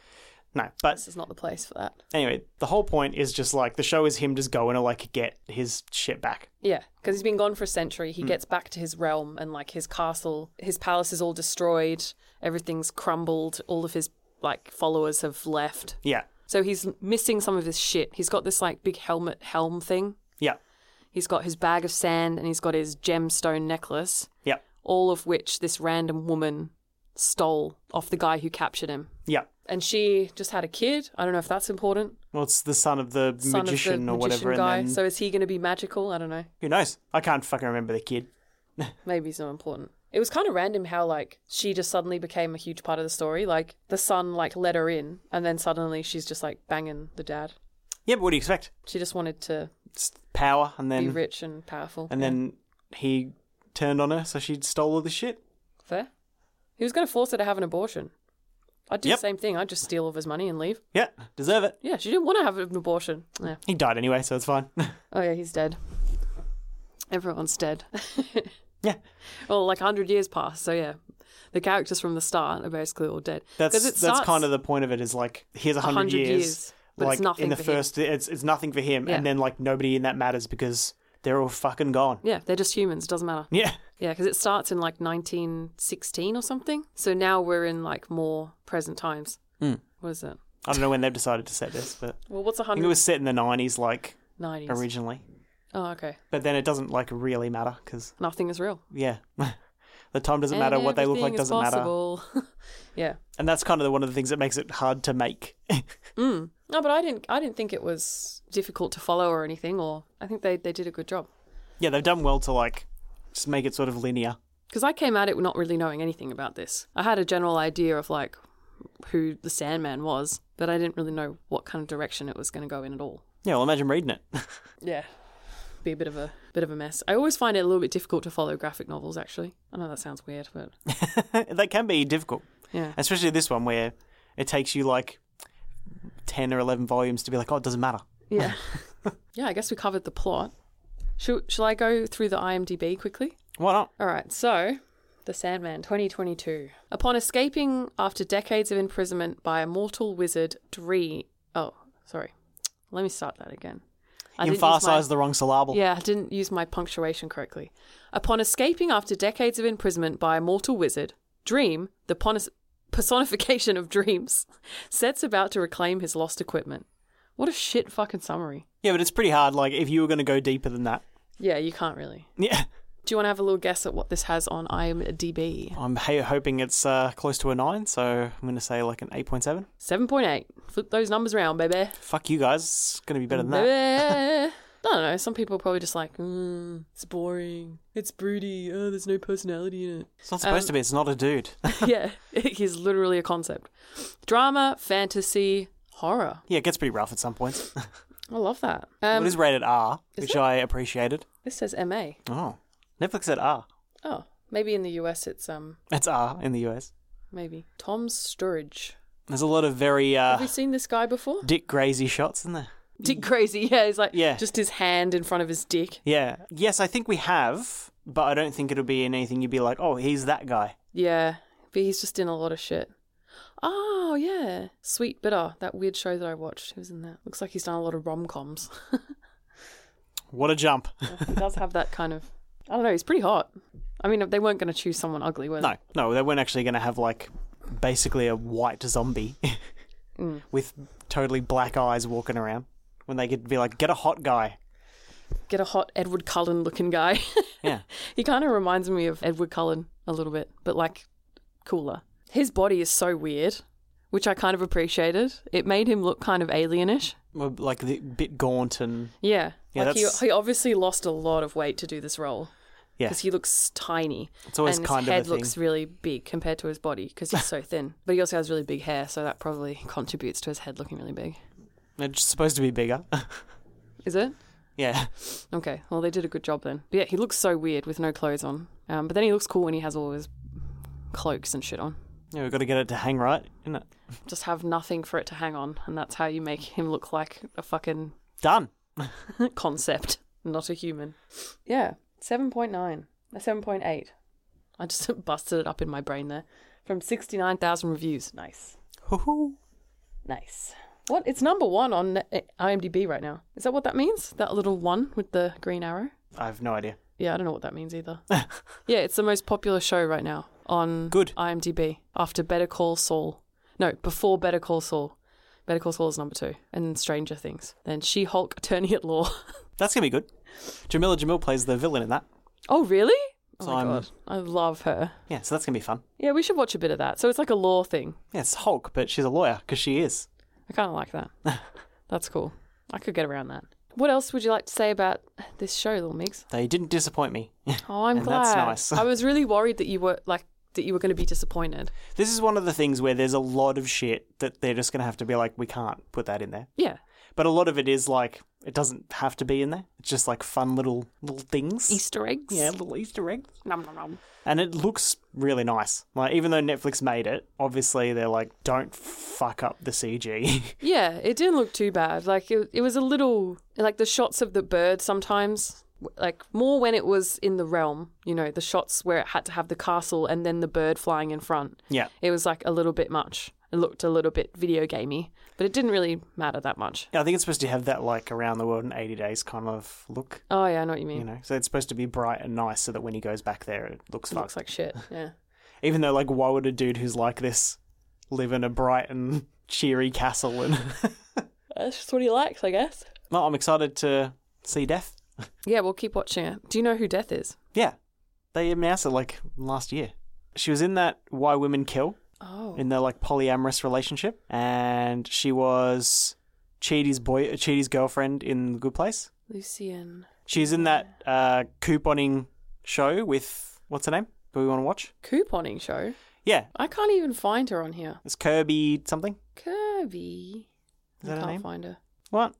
S1: No, but
S2: This is not the place for that.
S1: anyway, the whole point is just like the show is him just going to like get his shit back.
S2: Yeah, because he's been gone for a century.
S1: Hmm.
S2: He gets back to his realm and like his castle, his palace is all destroyed. Everything's crumbled. All of his like followers have left.
S1: Yeah,
S2: So he's missing some of his shit. He's got this like big helmet helm thing.
S1: yeah,
S2: He's got his bag of sand and he's got his gemstone necklace,
S1: yeah,
S2: all of which this random woman stole off the guy who captured him.
S1: yeah.
S2: And she just had a kid. I don't know if that's important.
S1: Well, it's the son of the
S2: Son
S1: magician
S2: of the
S1: or
S2: magician
S1: whatever,
S2: guy.
S1: and then
S2: So is he going to be magical? I don't know.
S1: who knows? I can't fucking remember the kid.
S2: Maybe he's not important. It was kind of random how like she just suddenly became a huge part of the story. Like the son like let her in, and then suddenly she's just like banging the dad.
S1: Yeah, but what do you expect?
S2: She just wanted to
S1: It's power, and
S2: be
S1: then
S2: rich and powerful.
S1: and
S2: Yeah.
S1: then he turned on her, so she stole all the shit.
S2: Fair. He was going to force her to have an abortion. I'd do
S1: Yep.
S2: the same thing. I'd just steal all of his money and leave.
S1: Yeah, deserve it.
S2: Yeah, she didn't want to have an abortion. Yeah.
S1: He died anyway, so it's fine.
S2: Oh, yeah, he's dead. Everyone's dead.
S1: yeah,
S2: well, like 100 years passed, so yeah. The characters from the start are basically all dead. 'Cause
S1: that's
S2: it
S1: that's
S2: starts
S1: kind of the point of it. Is like here's a
S2: 100
S1: hundred
S2: years,
S1: years.
S2: but
S1: like
S2: it's nothing
S1: in the
S2: for him.
S1: first, it's it's nothing for him,
S2: Yeah.
S1: and then like nobody in that matters because they're all fucking gone.
S2: Yeah, they're just humans. It doesn't matter.
S1: Yeah,
S2: Yeah, because it starts in like 1916 or something. So now we're in like more present times. What is it?
S1: I don't know when they've decided to set this, but
S2: Well, what's
S1: Hmm. I think it
S2: 190s?
S1: was set in the 90s, like originally.
S2: Oh, okay.
S1: But then it doesn't like really matter because
S2: Nothing is real.
S1: yeah, the time doesn't matter. What they look like doesn't matter,
S2: matter. yeah.
S1: and that's kind of the, one of the things that makes it hard to make.
S2: Mm. No, but I didn't. I didn't think it was difficult to follow or anything. Or I think they, they did a good job.
S1: yeah, they've done well to like just make it sort of linear.
S2: Because I came at it not really knowing anything about this. I had a general idea of like who the Sandman was, but I didn't really know what kind of direction it was going to go in at all.
S1: Yeah, well, imagine reading it.
S2: Yeah, be a bit of a bit of a mess. I always find it a little bit difficult to follow graphic novels. Actually, I know that sounds weird, but
S1: that can be difficult,
S2: yeah,
S1: especially this one where it takes you like ten or eleven volumes to be like, oh, it doesn't matter.
S2: yeah, yeah. I guess we covered the plot. Shall, shall I go through the IMDb quickly?
S1: Why not?
S2: All right, so The Sandman 2022. Upon escaping after decades of imprisonment by a mortal wizard, Dree. Oh, sorry. Let me start that again. I
S1: You
S2: didn't use my-
S1: emphasise the wrong syllable.
S2: yeah, I didn't use my punctuation correctly. Upon escaping after decades of imprisonment by a mortal wizard, Dream, the ponis- personification of dreams, sets about to reclaim his lost equipment. What a shit fucking summary.
S1: yeah, but it's pretty hard. Like if you were going to go deeper than that,
S2: Yeah, you can't really.
S1: yeah.
S2: Do you want to have a little guess at what this has on IMDb?
S1: I'm h- hoping it's uh, close to a nine, so I'm going to say like an 8.7.
S2: 7.8. Flip those numbers around, baby.
S1: Fuck you guys, it's going to be better than that.
S2: Baby. I don't know. Some people are probably just like, mm, it's boring. It's broody. Oh, there's no personality in it.
S1: It's not supposed to
S2: Um,
S1: be, it's not a dude.
S2: yeah, he's literally a concept. Drama, fantasy, horror.
S1: yeah, it gets pretty rough at some points.
S2: I love that. Um,
S1: it is rated R,
S2: is
S1: which I appreciated.
S2: this says MA.
S1: Oh, Netflix said R.
S2: Oh, maybe in the US it's um
S1: It's R in the US.
S2: maybe Tom Sturridge.
S1: There's a lot of very
S2: Have
S1: uh,
S2: you seen this guy before?
S1: Dick Grazy shots in there.
S2: Dick Crazy. Yeah, he's like
S1: Yeah.
S2: just his hand in front of his dick.
S1: Yeah. Yes, I think we have, but I don't think it'll be in anything you'd be like, oh, he's that guy.
S2: Yeah, but he's just in a lot of shit. Oh yeah, Sweet Bitter, that weird show that I watched. He was in that. Looks like he's done a lot of rom coms.
S1: What a jump.
S2: he does have that kind of. I don't know. He's pretty hot. I mean, they weren't going to choose someone ugly, were they?
S1: no, no, they weren't actually going to have like basically a white zombie with totally black eyes walking around when they could be like, get a hot guy.
S2: Get a hot Edward Cullen looking guy.
S1: Yeah.
S2: He kind of reminds me of Edward Cullen a little bit, but like cooler. His body is so weird, which I kind of appreciated. It made him look kind of alienish.
S1: Well, like the bit gaunt and
S2: Yeah.
S1: Yeah,
S2: like he,
S1: that's-
S2: he obviously lost a lot of weight to do this role.
S1: Yeah.
S2: Because he looks tiny.
S1: It's always
S2: and
S1: kind
S2: his
S1: of a
S2: head
S1: thing.
S2: looks really big compared to his body because he's so thin. But he also has really big hair, so that probably contributes to his head looking really big.
S1: it's supposed to be bigger.
S2: Is it?
S1: yeah.
S2: Okay, well, they did a good job then. But yeah, he looks so weird with no clothes on. Um, but then he looks cool when he has all his cloaks and shit on.
S1: Yeah, we've got to get it to hang right, isn't it?
S2: Just have nothing for it to hang on, and that's how you make him look like a fucking
S1: Done.
S2: concept, not a human. Yeah, 7.9, a 7.8. I just busted it up in my brain there. From 69,000 reviews. Nice.
S1: Hoo-hoo.
S2: Nice. What? It's number one on eh, IMDb right now. Is that what that means? That little one with the green arrow?
S1: I have no idea.
S2: Yeah, I don't know what that means either. yeah, it's the most popular show right now on
S1: Good.
S2: IMDb after Better Call Saul. No, before Better Call Saul. Better Call Saul is number two, and then Stranger Things. Then She Hulk, Attorney at Law.
S1: That's gonna be good. Jamila Jamil plays the villain in that.
S2: oh, really? Oh
S1: So
S2: my
S1: I'm-
S2: god, I love her.
S1: Yeah, so that's gonna be fun.
S2: Yeah, we should watch a bit of that. So it's like a law thing.
S1: Yeah, it's Hulk, but she's a lawyer because she is.
S2: I kind of like that. That's cool. I could get around that. What else would you like to say about this show, Little Mix?
S1: They didn't disappoint me.
S2: Oh, I'm
S1: And
S2: glad.
S1: that's nice.
S2: I was really worried that you were like that you were going to be disappointed.
S1: this is one of the things where there's a lot of shit that they're just gonna have to be like, we can't put that in there.
S2: Yeah,
S1: But a lot of it is like, it doesn't have to be in there. It's just like fun little little things.
S2: Easter eggs.
S1: yeah, little Easter eggs.
S2: Nom, nom, nom.
S1: And it looks really nice. Like even though Netflix made it, obviously they're like, don't fuck up the CG.
S2: Yeah, it didn't look too bad. Like it, it was a little like the shots of the bird sometimes, w- like more when it was in the realm. You know, the shots where it had to have the castle and then the bird flying in front.
S1: yeah.
S2: It was like a little bit much. It looked a little bit video gamey, but it didn't really matter that much.
S1: Yeah, I think it's supposed to have that like around the world in 80 days kind of look,
S2: Oh yeah, I know what you mean.
S1: you know. So it's supposed to be bright and nice so that when he goes back there it looks
S2: it
S1: fucked.
S2: looks like shit. Yeah.
S1: Even though like why would a dude who's like this live in a bright and cheery castle. And
S2: That's just what he likes, I guess.
S1: well, I'm excited to see Death.
S2: Yeah, we'll keep watching it. Do you know who Death is?
S1: Yeah, they announced it like last year. She was in that Why Women Kill
S2: Oh.
S1: in their like polyamorous relationship, and she was Chidi's boy, Chidi's girlfriend in The Good Place.
S2: Lucian
S1: She's in that uh, couponing show with what's her name? Do we want to watch?
S2: couponing show.
S1: Yeah,
S2: I can't even find her on here.
S1: it's Kirby something.
S2: Kirby.
S1: Is that
S2: I
S1: her
S2: can't
S1: name?
S2: find her.
S1: What?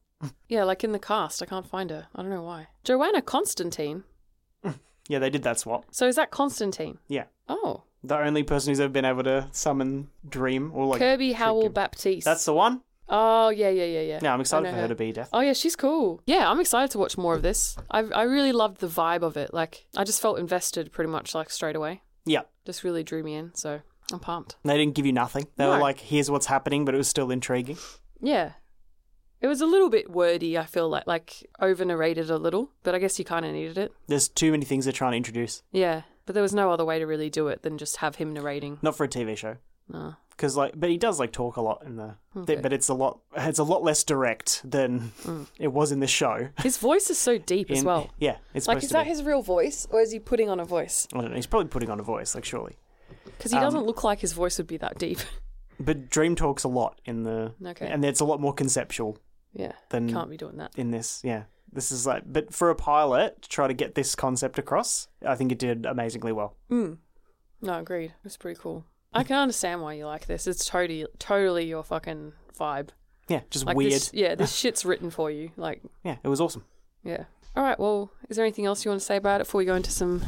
S2: Yeah, like in the cast, I can't find her. I don't know why. Joanna Constantine.
S1: Yeah, they did that swap.
S2: So is that Constantine?
S1: Yeah.
S2: Oh,
S1: The only person who's ever been able to summon Dream or like
S2: Kirby Howell
S1: him.
S2: Baptiste.
S1: that's the one.
S2: Oh yeah, yeah, yeah, yeah.
S1: Yeah, I'm excited
S2: I
S1: for
S2: know
S1: her to be Death.
S2: Oh yeah, she's cool. Yeah, I'm excited to watch more of this. I I really loved the vibe of it. Like I just felt invested pretty much like straight away.
S1: Yeah,
S2: Just really drew me in. So I'm pumped.
S1: they didn't give you nothing. They were
S2: No.
S1: like, "Here's what's happening," but it was still intriguing.
S2: Yeah. It was a little bit wordy, I feel like, like over narrated a little, but I guess you kind of needed it.
S1: There's too many things they're trying to introduce.
S2: Yeah. But there was no other way to really do it than just have him narrating.
S1: Not for a TV show.
S2: No.
S1: because like but he does like talk a lot in the
S2: Okay.
S1: but it's a lot it's a lot less direct than it was in the show
S2: His voice is so deep as
S1: In-
S2: well.
S1: yeah it's
S2: Like,
S1: supposed
S2: is
S1: to
S2: that
S1: be
S2: his real voice or is he putting on a voice?
S1: i don't know he's probably putting on a voice like surely
S2: Because he doesn't look like his voice would be that deep.
S1: but dream talks a lot in the
S2: Okay.
S1: and it's a lot more conceptual
S2: yeah.
S1: Then-
S2: Can't be doing that.
S1: in this yeah this is like but for a pilot to try to get this concept across i think it did amazingly well
S2: No, agreed. It's pretty cool. I can understand why you like this. It's totally, totally your fucking vibe.
S1: yeah just
S2: Like
S1: weird
S2: This, yeah, this shit's written for you. Like,
S1: yeah it was awesome
S2: yeah. All right. Well, is there anything else you want to say about it before we go into some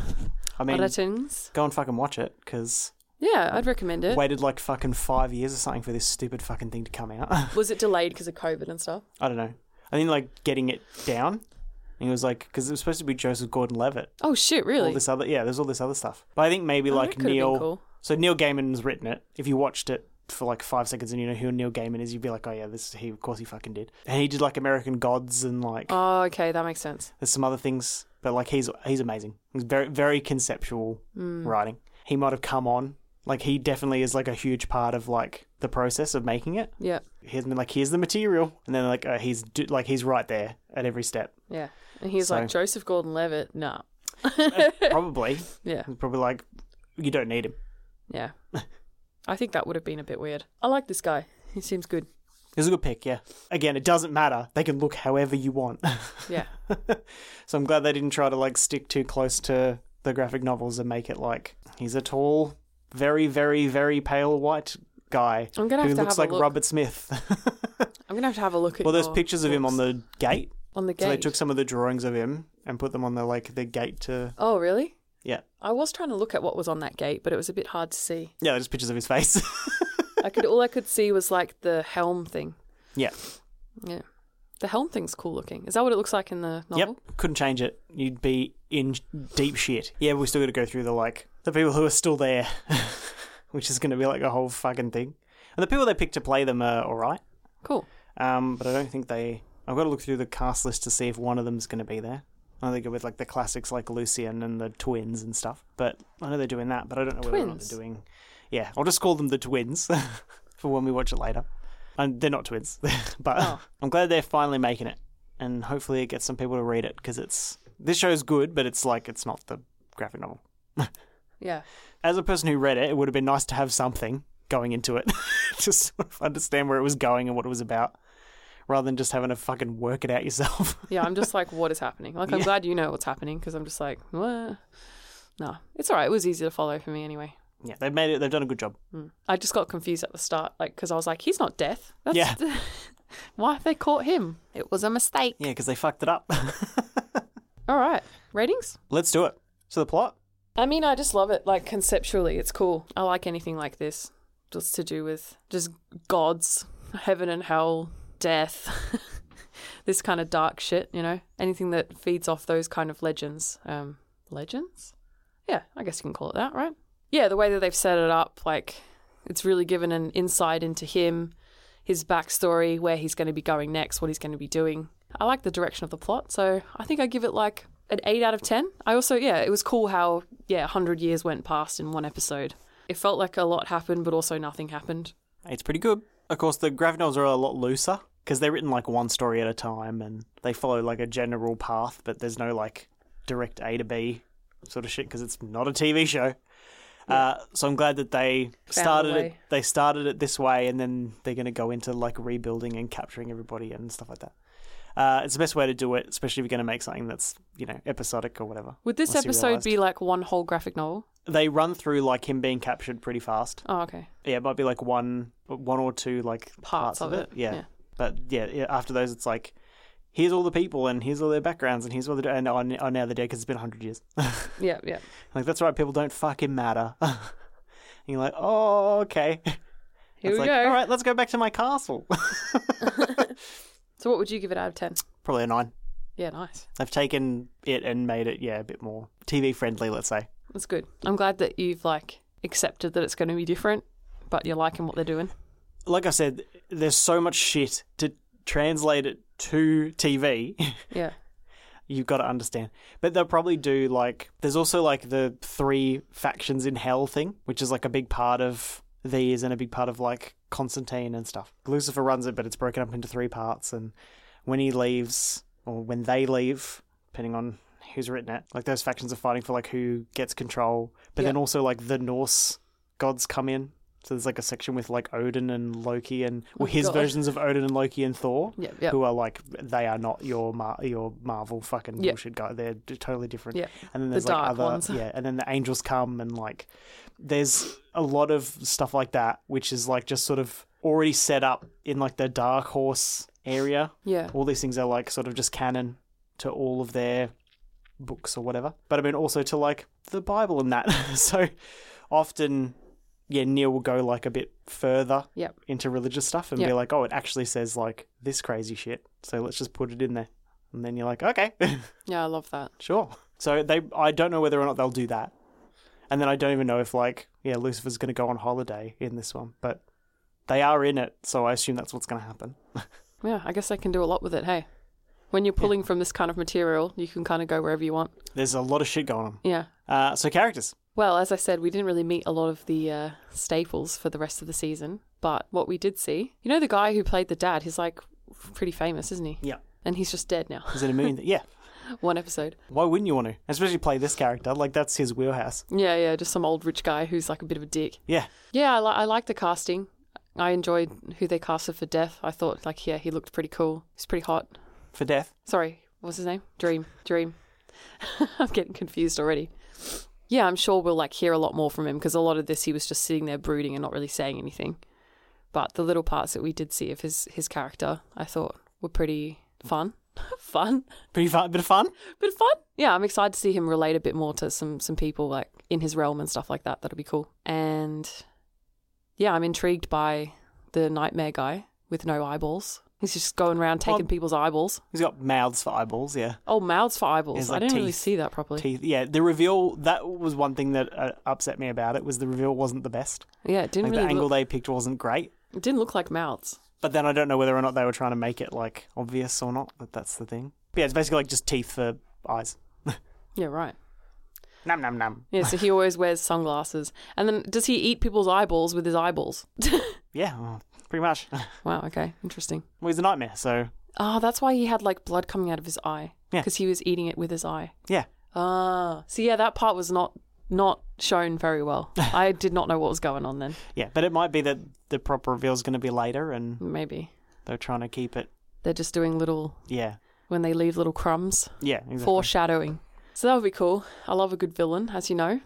S2: Oh,
S1: i mean
S2: ratings?
S1: go and fucking watch it because
S2: Yeah, I'd recommend it.
S1: waited like fucking five years or something for this stupid fucking thing to come out
S2: Was it delayed because of COVID and stuff?
S1: I don't know. I think like getting it down. And he was like, because it was supposed to be Joseph Gordon-Levitt.
S2: Oh shit!
S1: All
S2: Really?
S1: this other, yeah, there's all this other stuff. But I think maybe
S2: Oh,
S1: like
S2: that could've been
S1: Neil.
S2: cool.
S1: So Neil Gaiman's written it. If you watched it for like five seconds and you know who Neil Gaiman is, you'd be like, oh yeah, this he. Of course he fucking did. And he did like American Gods and like
S2: Oh, okay, that makes sense.
S1: there's some other things. But like he's he's amazing. He's very very conceptual writing. He might have come on. Like he definitely is like a huge part of like the process of making it.
S2: Yeah,
S1: He's been like, here's the material, and then like uh, he's do- like he's right there at every step.
S2: yeah. And he's
S1: So-
S2: like Joseph Gordon-Levitt. Nah.
S1: Probably.
S2: Yeah,
S1: Probably like, you don't need him.
S2: yeah. I think that would have been a bit weird. I like this guy. He seems good.
S1: It was a good pick, yeah. Again, it doesn't matter. They can look however you want.
S2: Yeah,
S1: so I'm glad they didn't try to like stick too close to the graphic novels and make it like he's a tall, very, very, very pale white guy
S2: I'm gonna
S1: who
S2: have to
S1: looks
S2: have a
S1: like
S2: look.
S1: Robert Smith.
S2: I'm gonna have to have a look at.
S1: well, there's
S2: your
S1: pictures of him on
S2: books.
S1: the gate.
S2: on the gate.
S1: So they took some of the drawings of him and put them on the like the gate to
S2: Oh, really?
S1: yeah
S2: I was trying to look at what was on that gate, but it was a bit hard to see.
S1: yeah there's pictures of his face.
S2: I could all I could see was like the helm thing.
S1: yeah.
S2: Yeah, the helm thing's cool looking. Is that what it looks like in the novel?
S1: Yep, couldn't change it. You'd be in deep shit. Yeah, we're still going to go through the like the people who are still there, which is going to be like a whole fucking thing. And the people they pick to play them are all right,
S2: Cool.
S1: um, but I don't think they. I've got to look through the cast list to see if one of them's going to be there. I know they go with like the classics like Lucian and the twins and stuff, but I know they're doing that, but I don't know whether or not
S2: Twins?
S1: they're doing. Yeah, I'll just call them the twins for when we watch it later. And they're not twins, but
S2: Oh.
S1: I'm glad they're finally making it, and hopefully it gets some people to read it because it's this show's good, but it's like it's not the graphic novel.
S2: Yeah.
S1: As a person who read it, it would have been nice to have something going into it, just sort of understand where it was going and what it was about, rather than just having to fucking work it out yourself.
S2: Yeah, I'm just like, what is happening? Like, I'm
S1: Yeah.
S2: glad you know what's happening because I'm just like, what? No, it's all right. It was easy to follow for me anyway.
S1: yeah, they've made it. They've done a good job.
S2: I just got confused at the start, like, because I was like, he's not death. That's
S1: Yeah.
S2: why have they caught him? It was a mistake.
S1: Yeah, because they fucked it up.
S2: All right. Ratings?
S1: Let's do it. So the plot.
S2: I mean, I just love it. Like, conceptually, it's cool. I like anything like this, just to do with just gods, heaven and hell, death, this kind of dark shit, you know? Anything that feeds off those kind of legends. Um, legends? Yeah, I guess you can call it that, right? Yeah, the way that they've set it up, like, it's really given an insight into him, his backstory, where he's going to be going next, what he's going to be doing. I like the direction of the plot, so I think I give it like an 8 out of 10. I also, yeah, it was cool how, yeah, 100 years went past in one episode. It felt like a lot happened, but also nothing happened.
S1: It's pretty good. Of course, the graphic novels are a lot looser because they're written like one story at a time and they follow like a general path, but there's no like direct A to B sort of shit because it's not a TV show. Uh, so I'm glad that they started it.
S2: way.
S1: They started it this way, and then they're going to go into like rebuilding and capturing everybody and stuff like that. Uh, it's the best way to do it, especially if you're going to make something that's you know episodic or whatever.
S2: Would this
S1: Or
S2: episode be like one whole graphic novel?
S1: They run through like him being captured pretty fast.
S2: Oh, okay.
S1: Yeah, it might be like one, one or two like parts, of, it. Yeah.
S2: yeah.
S1: but yeah, yeah, after those, it's like here's all the people and here's all their backgrounds and here's all the and oh, n- oh now they're dead because it's been hundred years.
S2: Yeah, yeah.
S1: like that's right, people don't fucking matter. and you're like, oh okay.
S2: Here
S1: it's
S2: we
S1: like,
S2: go.
S1: All right, let's go back to my castle.
S2: So, what would you give it out of 10?
S1: Probably a nine.
S2: Yeah, nice.
S1: They've taken it and made it yeah a bit more TV friendly. Let's say.
S2: That's good. I'm glad that you've like accepted that it's going to be different, but you're liking what they're doing.
S1: Like I said, there's so much shit to translate it to TV.
S2: Yeah.
S1: you've got to understand. But they'll probably do like there's also like the three factions in hell thing, which is like a big part of these and a big part of like Constantine and stuff. Lucifer runs it, but it's broken up into three parts. And when he leaves, or when they leave, depending on who's written it, like those factions are fighting for like who gets control. But
S2: Yeah.
S1: then also like the Norse gods come in. So there's like a section with like Odin and Loki and well, his
S2: God.
S1: versions of Odin and Loki and Thor
S2: Yeah, yeah.
S1: who are like they are not your Mar- your Marvel fucking
S2: Yeah.
S1: bullshit guy. They're d- totally different.
S2: Yeah.
S1: And then there's like
S2: dark
S1: other
S2: ones.
S1: yeah, and then the angels come and like there's a lot of stuff like that, which is like just sort of already set up in like the Dark Horse area.
S2: Yeah.
S1: All these things are like sort of just canon to all of their books or whatever. But I mean also to like the Bible and that. so often yeah, Neil will go like a bit further
S2: Yep.
S1: into religious stuff and be
S2: Yeah.
S1: like, oh, it actually says like this crazy shit. So let's just put it in there. And then you're like, okay,
S2: Yeah, I love that.
S1: sure. So they, I don't know whether or not they'll do that. And then I don't even know if like, yeah, Lucifer's going to go on holiday in this one, but they are in it. So I assume that's what's going to happen.
S2: Yeah, I guess I can do a lot with it, hey. When you're pulling from this kind of material, you can kind of go wherever you want.
S1: There's a lot of shit going on.
S2: Yeah.
S1: Uh, so characters.
S2: Well, as I said, we didn't really meet a lot of the uh, staples for the rest of the season, but what we did see, you know, the guy who played the dad, he's like pretty famous, isn't he?
S1: Yeah.
S2: And he's just dead now.
S1: Is it a million? Th- yeah.
S2: One episode.
S1: Why wouldn't you want to? Especially play this character. Like that's his wheelhouse.
S2: Yeah, yeah, just some old rich guy who's like a bit of a dick.
S1: Yeah.
S2: Yeah, I, li- I like the casting. I enjoyed who they casted for Death. I thought, like, yeah, he looked pretty cool. He's pretty hot.
S1: For death.
S2: Sorry, what was his name? Dream. Dream. I'm getting confused already. Yeah, I'm sure we'll like hear a lot more from him because a lot of this he was just sitting there brooding and not really saying anything. But the little parts that we did see of his his character, I thought were pretty fun. fun.
S1: Pretty fun. Bit of fun.
S2: Bit fun. Yeah, I'm excited to see him relate a bit more to some some people like in his realm and stuff like that. That'll be cool. And yeah, I'm intrigued by the nightmare guy with no eyeballs. He's just going around taking
S1: Well-
S2: people's eyeballs.
S1: He's got mouths for eyeballs. Yeah.
S2: Oh, mouths for eyeballs.
S1: It's like
S2: I didn't really
S1: teeth.
S2: see that properly.
S1: teeth. Yeah, the reveal that was one thing that uh, upset me about it was the reveal wasn't the best.
S2: Yeah, it didn't
S1: Like the
S2: really
S1: angle
S2: look,
S1: they picked wasn't great.
S2: it didn't look like mouths.
S1: But then I don't know whether or not they were trying to make it like obvious or not. But that's the thing. But yeah, it's basically like just teeth for eyes.
S2: Yeah, right.
S1: Num num num.
S2: Yeah, so he always wears sunglasses. And then does he eat people's eyeballs with his eyeballs?
S1: Yeah, well, pretty much. well,
S2: wow, okay. Interesting.
S1: he's a nightmare. So
S2: Oh, that's why he had like blood coming out of his eye.
S1: Yeah.
S2: Because he was eating it with his eye.
S1: yeah,
S2: Ah. So yeah, that part was not not shown very well. I did not know what was going on then.
S1: yeah. But it might be that the proper reveal is going to be later, and
S2: Maybe.
S1: they're trying to keep it.
S2: They're just doing little
S1: Yeah,
S2: when they leave little crumbs.
S1: yeah. Exactly.
S2: foreshadowing. So that would be cool. I love a good villain, as you know.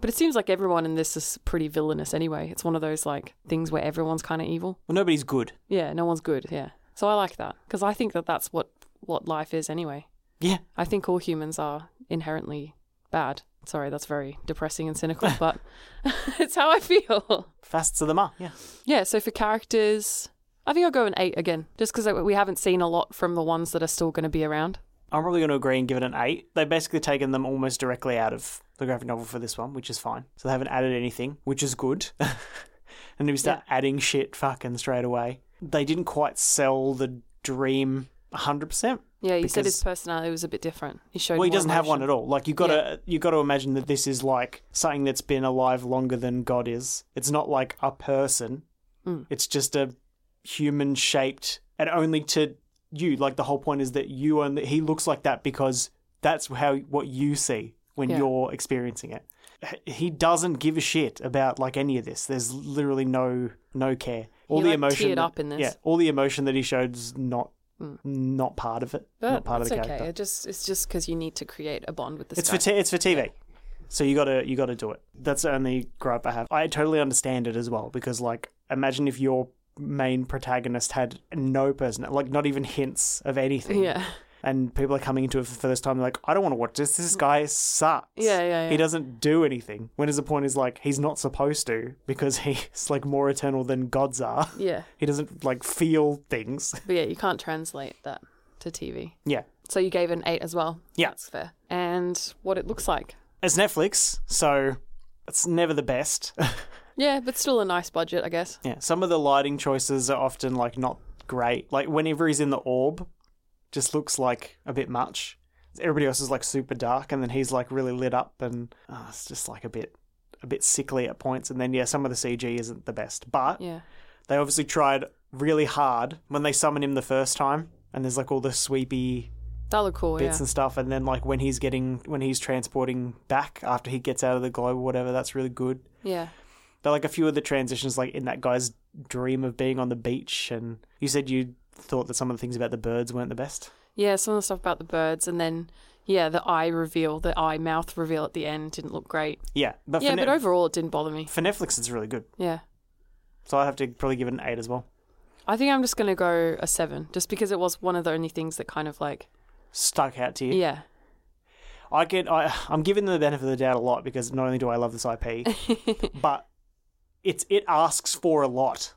S2: But it seems like everyone in this is pretty villainous anyway. It's one of those like things where everyone's kind of evil.
S1: Well, nobody's good.
S2: Yeah, no one's good. Yeah. So I like that because I think that that's what what life is anyway.
S1: Yeah,
S2: I think all humans are inherently bad. Sorry, that's very depressing and cynical, but it's how I feel.
S1: fasts of the ma. Yeah,
S2: Yeah, so for characters, I think I'll go an 8 again just cuz we haven't seen a lot from the ones that are still going to be around.
S1: I'm probably going to agree and give it an eight. They've basically taken them almost directly out of the graphic novel for this one, which is fine. So they haven't added anything, which is good. and if you start adding shit fucking straight away, they didn't quite sell the dream 100%.
S2: Yeah, you said his
S1: Because-
S2: personality was a bit different. He showed
S1: Well, he
S2: more
S1: doesn't have
S2: emotion.
S1: one at all. Like you got to you got to imagine that this is like something
S2: Mm.
S1: that's been alive longer than God is. It's not like a person. It's just a human shaped and only to you. Like the whole point is that you only he looks like that because that's how what you see when
S2: Yeah.
S1: you're experiencing it. H- He doesn't give a shit about like any of this. There's literally no no care. All
S2: He,
S1: the
S2: like,
S1: emotion
S2: teared
S1: that-
S2: up in this. Mm.
S1: Yeah, all the emotion that he showed is not not part of it.
S2: But
S1: not part of
S2: that's
S1: the
S2: okay.
S1: character.
S2: It just it's just because you need to create a bond with this
S1: It's
S2: guy.
S1: for t- it's for TV. So you gotta you gotta do it. That's the only gripe I have. I totally understand it as well because like imagine if your main protagonist had no person like not even hints of anything.
S2: yeah,
S1: And people are coming into it for the first time. They're like, I don't want to watch this. This guy sucks.
S2: Mm. Yeah, yeah, yeah.
S1: He doesn't do anything. When is the point? Is like he's not supposed to because he's like more eternal than gods are.
S2: yeah,
S1: He doesn't like feel things.
S2: but yeah, you can't translate that to TV.
S1: yeah.
S2: So you gave it an eight as well.
S1: Yeah.
S2: that's fair. And what it looks like.
S1: It's Netflix, so it's never the best.
S2: Yeah, but still a nice budget, I guess.
S1: Yeah, some of the lighting choices are often like not great. Like whenever he's in the orb, just looks like a bit much. Everybody else is like super dark, and then he's like really lit up, and oh, it's just like a bit, a bit sickly at points. And then yeah, some of the CG isn't the best, but
S2: Yeah,
S1: they obviously tried really hard when they summon him the first time. And there's like all the sweepy
S2: that looked cool.
S1: bits
S2: Yeah,
S1: and stuff, and then like when he's getting when he's transporting back after he gets out of the globe or whatever, that's really good.
S2: yeah,
S1: But like a few of the transitions, like in that guy's dream of being on the beach, and you said you thought that some of the things about the birds weren't the best.
S2: yeah. Some of the stuff about the birds, and then yeah, the eye reveal, the eye mouth reveal at the end didn't look great.
S1: Yeah, but,
S2: Yeah,
S1: for,
S2: but
S1: Net-
S2: overall, it didn't bother me.
S1: for Netflix, it's really good.
S2: Yeah.
S1: So I have to probably give it an eight as well.
S2: I think I'm just going to go a seven, just because it was one of the only things that kind of like,
S1: Stuck out to you.
S2: yeah,
S1: I get. I, I'm giving them the benefit of the doubt a lot because not only do I love this IP, but it's it asks for a lot.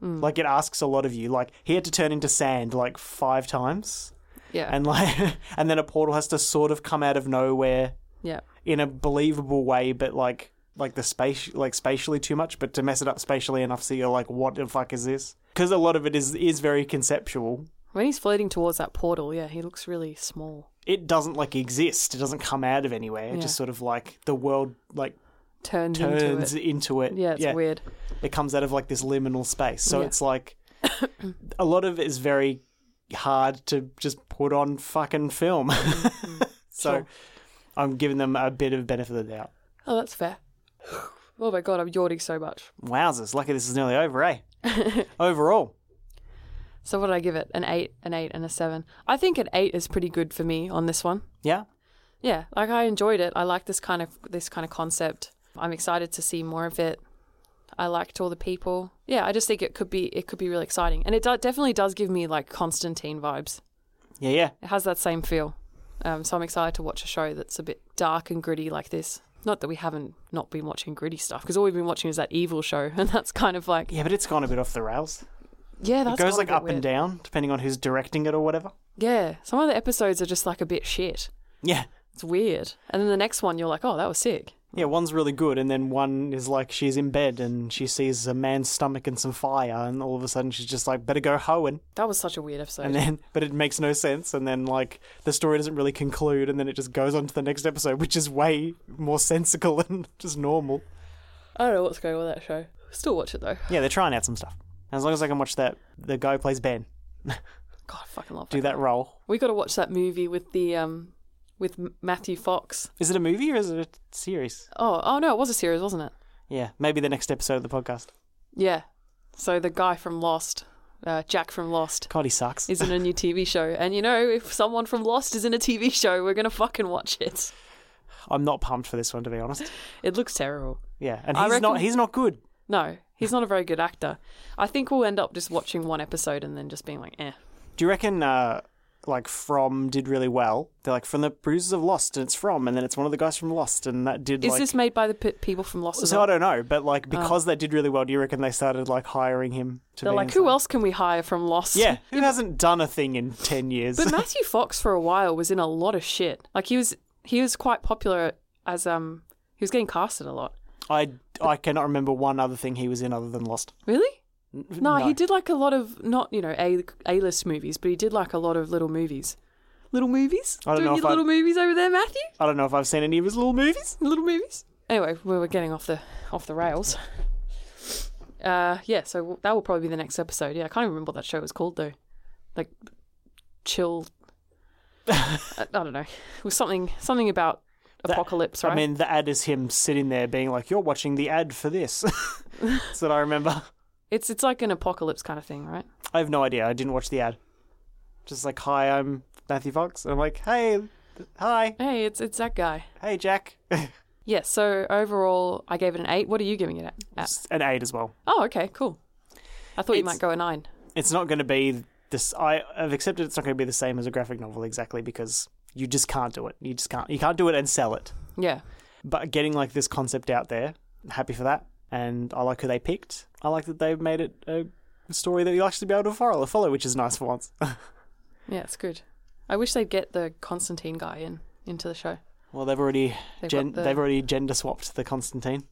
S2: Hmm.
S1: Like it asks a lot of you. Like he had to turn into sand like five times,
S2: yeah,
S1: and like and then a portal has to sort of come out of nowhere
S2: yeah,
S1: in a believable way, but like like the space like spatially too much, but to mess it up spatially enough so you're like, what the fuck is this? Because a lot of it is is very conceptual.
S2: When he's floating towards that portal, yeah, he looks really small.
S1: It doesn't like exist. It doesn't come out of anywhere. It
S2: Yeah.
S1: just sort of like the world like
S2: Turns, into
S1: turns
S2: it.
S1: into it.
S2: Yeah, it's weird.
S1: It comes out of like this liminal space. So
S2: Yeah.
S1: it's like a lot of it is very hard to just put on fucking film. so
S2: Mm-hmm. Sure.
S1: I'm giving them a bit of benefit of the doubt.
S2: Oh, that's fair. Oh my god, I'm yawning so much.
S1: Wowzers, lucky this is nearly over, eh? Overall.
S2: So what did I give it? An eight, an eight, and a seven. I think an eight is pretty good for me on this one.
S1: Yeah.
S2: Yeah, like I enjoyed it. I like this kind of this kind of concept. I'm excited to see more of it. I liked all the people. Yeah, I just think it could be it could be really exciting, and it do- definitely does give me like Constantine vibes.
S1: Yeah, yeah.
S2: It has that same feel. Um, so I'm excited to watch a show that's a bit dark and gritty like this. Not that we haven't not been watching gritty stuff because all we've been watching is that evil show, and that's kind of like
S1: Yeah, but it's gone a bit off the rails.
S2: yeah,
S1: It
S2: that's
S1: goes
S2: gone a
S1: like
S2: bit
S1: up
S2: weird.
S1: and down, depending on who's directing it or whatever.
S2: Yeah, some of the episodes are just like a bit shit.
S1: Yeah.
S2: It's weird, and then the next one you're like, oh, that was sick.
S1: Yeah, one's really good, and then one is like she's in bed and she sees a man's stomach and some fire, and all of a sudden she's just like, better go hoeing.
S2: That was such a weird episode.
S1: And then, but it makes no sense, and then like the story doesn't really conclude, and then it just goes on to the next episode, which is way more sensical and just normal.
S2: I don't know what's going on with that show. Still watch it though.
S1: Yeah, they're trying out some stuff. As long as I can watch that, the guy who plays Ben
S2: God, I fucking love
S1: do
S2: it.
S1: that role.
S2: We got to watch that movie with the um with M- Matthew Fox.
S1: Is it a movie or is it a series?
S2: Oh, oh no, it was a series, wasn't it?
S1: Yeah, maybe the next episode of the podcast.
S2: Yeah. So the guy from Lost, uh, Jack from Lost,
S1: God, he sucks.
S2: is in a new TV show. And you know, if someone from Lost is in a TV show, we're gonna fucking watch it.
S1: I'm not pumped for this one to be honest.
S2: It looks terrible.
S1: Yeah, and
S2: I
S1: he's not
S2: reckon-
S1: he's not good.
S2: No, he's not a very good actor. I think we'll end up just watching one episode and then just being like, eh.
S1: Do you reckon uh like From did really well? They're like from the producers of Lost and it's From and then it's one of the guys from Lost and that did
S2: Is
S1: like
S2: this Uh, made by the p- people from Lost? as
S1: so
S2: well?
S1: I don't know, but like because they did really well, do you reckon they started like hiring him to
S2: They're
S1: be
S2: like,
S1: in
S2: who
S1: some-
S2: else can we hire from Lost?
S1: Yeah, who hasn't done a thing in ten years?
S2: But Matthew Fox for a while was in a lot of shit. Like he was he was quite popular as um he was getting casted a lot.
S1: I I cannot remember one other thing he was in other than Lost.
S2: Really? No,
S1: no.
S2: he did like a lot of not you know a a list movies, but he did like a lot of little movies. Little movies?
S1: I don't
S2: Doing
S1: know
S2: your
S1: if I-
S2: little movies over there, Matthew?
S1: I don't know if I've seen any of his little movies.
S2: Little movies? Anyway, we were getting off the off the rails. Uh, yeah, so that will probably be the next episode. Yeah, I can't even remember what that show was called though. Like, chill. I, I don't know. It was something something about
S1: That-
S2: apocalypse, right?
S1: I mean, the ad is him sitting there being like, "You're watching the ad for this." That's what I remember.
S2: it's it's like an apocalypse kind of thing, right?
S1: I have no idea. I didn't watch the ad. Just like, "Hi, I'm Matthew Fox," and I'm like, "Hey, th- hi,
S2: Hey, it's it's that guy.
S1: hey, Jack."
S2: Yeah. So overall, I gave it an eight. What are you giving it at? at?
S1: It's an eight as well.
S2: Oh, okay, cool. I thought you
S1: It's-
S2: might go a nine.
S1: It's not going to be this. I, I've accepted it's not going to be the same as a graphic novel exactly because you just can't do it. You just can't. You can't do it and sell it.
S2: Yeah.
S1: but getting like this concept out there happy for that and i like who they picked i like that they made it a story that you'll actually be able to follow, follow which is nice for once
S2: Yeah, it's good. I wish they'd get the Constantine guy in into the show.
S1: well they've already
S2: They've
S1: gen-
S2: got the-
S1: they've already gender swapped the constantine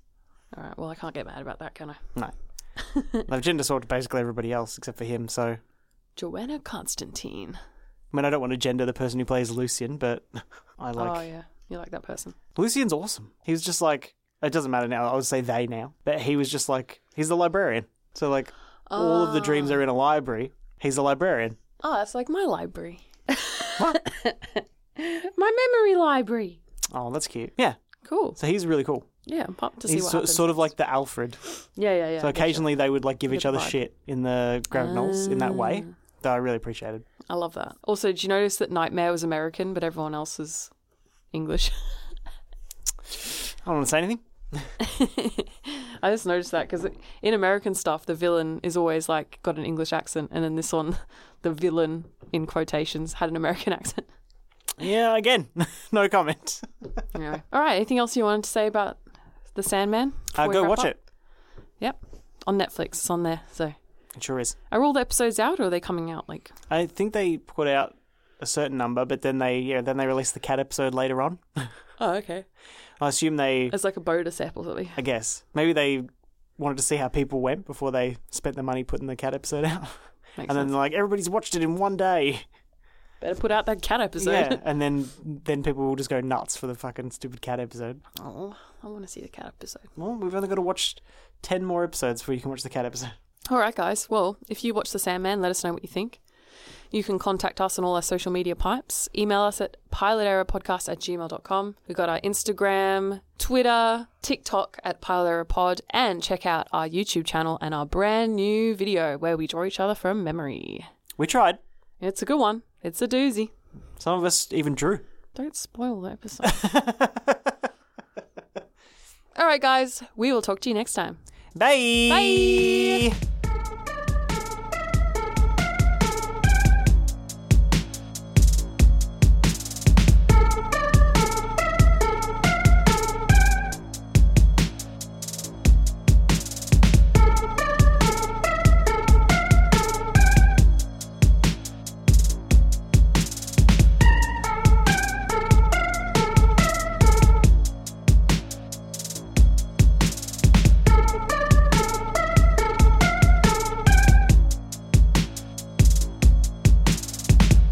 S2: All right. Well, I can't get mad about that, can I?
S1: no they've gender swapped basically everybody else except for him so
S2: Joanna Constantine.
S1: i mean i don't want to gender the person who plays lucian but i like
S2: oh yeah, you like that person.
S1: lucian's awesome he was just like it doesn't matter now i would say they now but he was just like he's the librarian so like all of the dreams are in a library he's a librarian
S2: Oh, that's like my library. my memory library.
S1: oh that's cute yeah
S2: Cool.
S1: So he's really cool.
S2: Yeah, I'm pumped to see
S1: He's
S2: what
S1: so,
S2: happens.
S1: sort of like the Alfred.
S2: yeah, yeah, yeah.
S1: So occasionally they would like give each
S2: the
S1: other
S2: vibe. Ah.
S1: shit in the graphic novels in that way. That I really appreciated.
S2: I love that. Also, did you notice that Nightmare was American, but everyone else is English?
S1: I don't want to say anything.
S2: I just noticed that because in American stuff, the villain is always like got an English accent, and then this one, the villain in quotations, had an American accent.
S1: Yeah, again, no comment.
S2: Anyway. All right. Anything else you wanted to say about The Sandman? before
S1: Uh,
S2: we
S1: go
S2: wrap
S1: watch
S2: up?
S1: it.
S2: Yep. On Netflix. It's on there. So
S1: It sure is.
S2: are all the episodes out or are they coming out? Like,
S1: I think they put out a certain number, but then they yeah then they released the cat episode later on.
S2: oh, okay.
S1: I assume they.
S2: It's like a bonus app or something.
S1: I guess maybe they wanted to see how people went before they spent the money putting the cat episode out, and
S2: Makes
S1: then
S2: sense.
S1: they're like everybody's watched it in one day.
S2: Better put out that cat episode.
S1: Yeah, and then then people will just go nuts for the fucking stupid cat episode.
S2: oh, I want to see the cat episode.
S1: Well, we've only got to watch 10 more episodes before you can watch the cat episode.
S2: All right, guys. Well, if you watch The Sandman, let us know what you think. You can contact us on all our social media pipes. Email us at piloterrorpodcast at gmail.com. We've got our Instagram, Twitter, TikTok at piloterrorpod, and check out our YouTube channel and our brand new video where we draw each other from memory.
S1: We tried.
S2: It's a good one. It's a doozy.
S1: Some of us even drew.
S2: Don't spoil the episode. all right, guys. We will talk to you next time.
S1: Bye.
S2: Bye.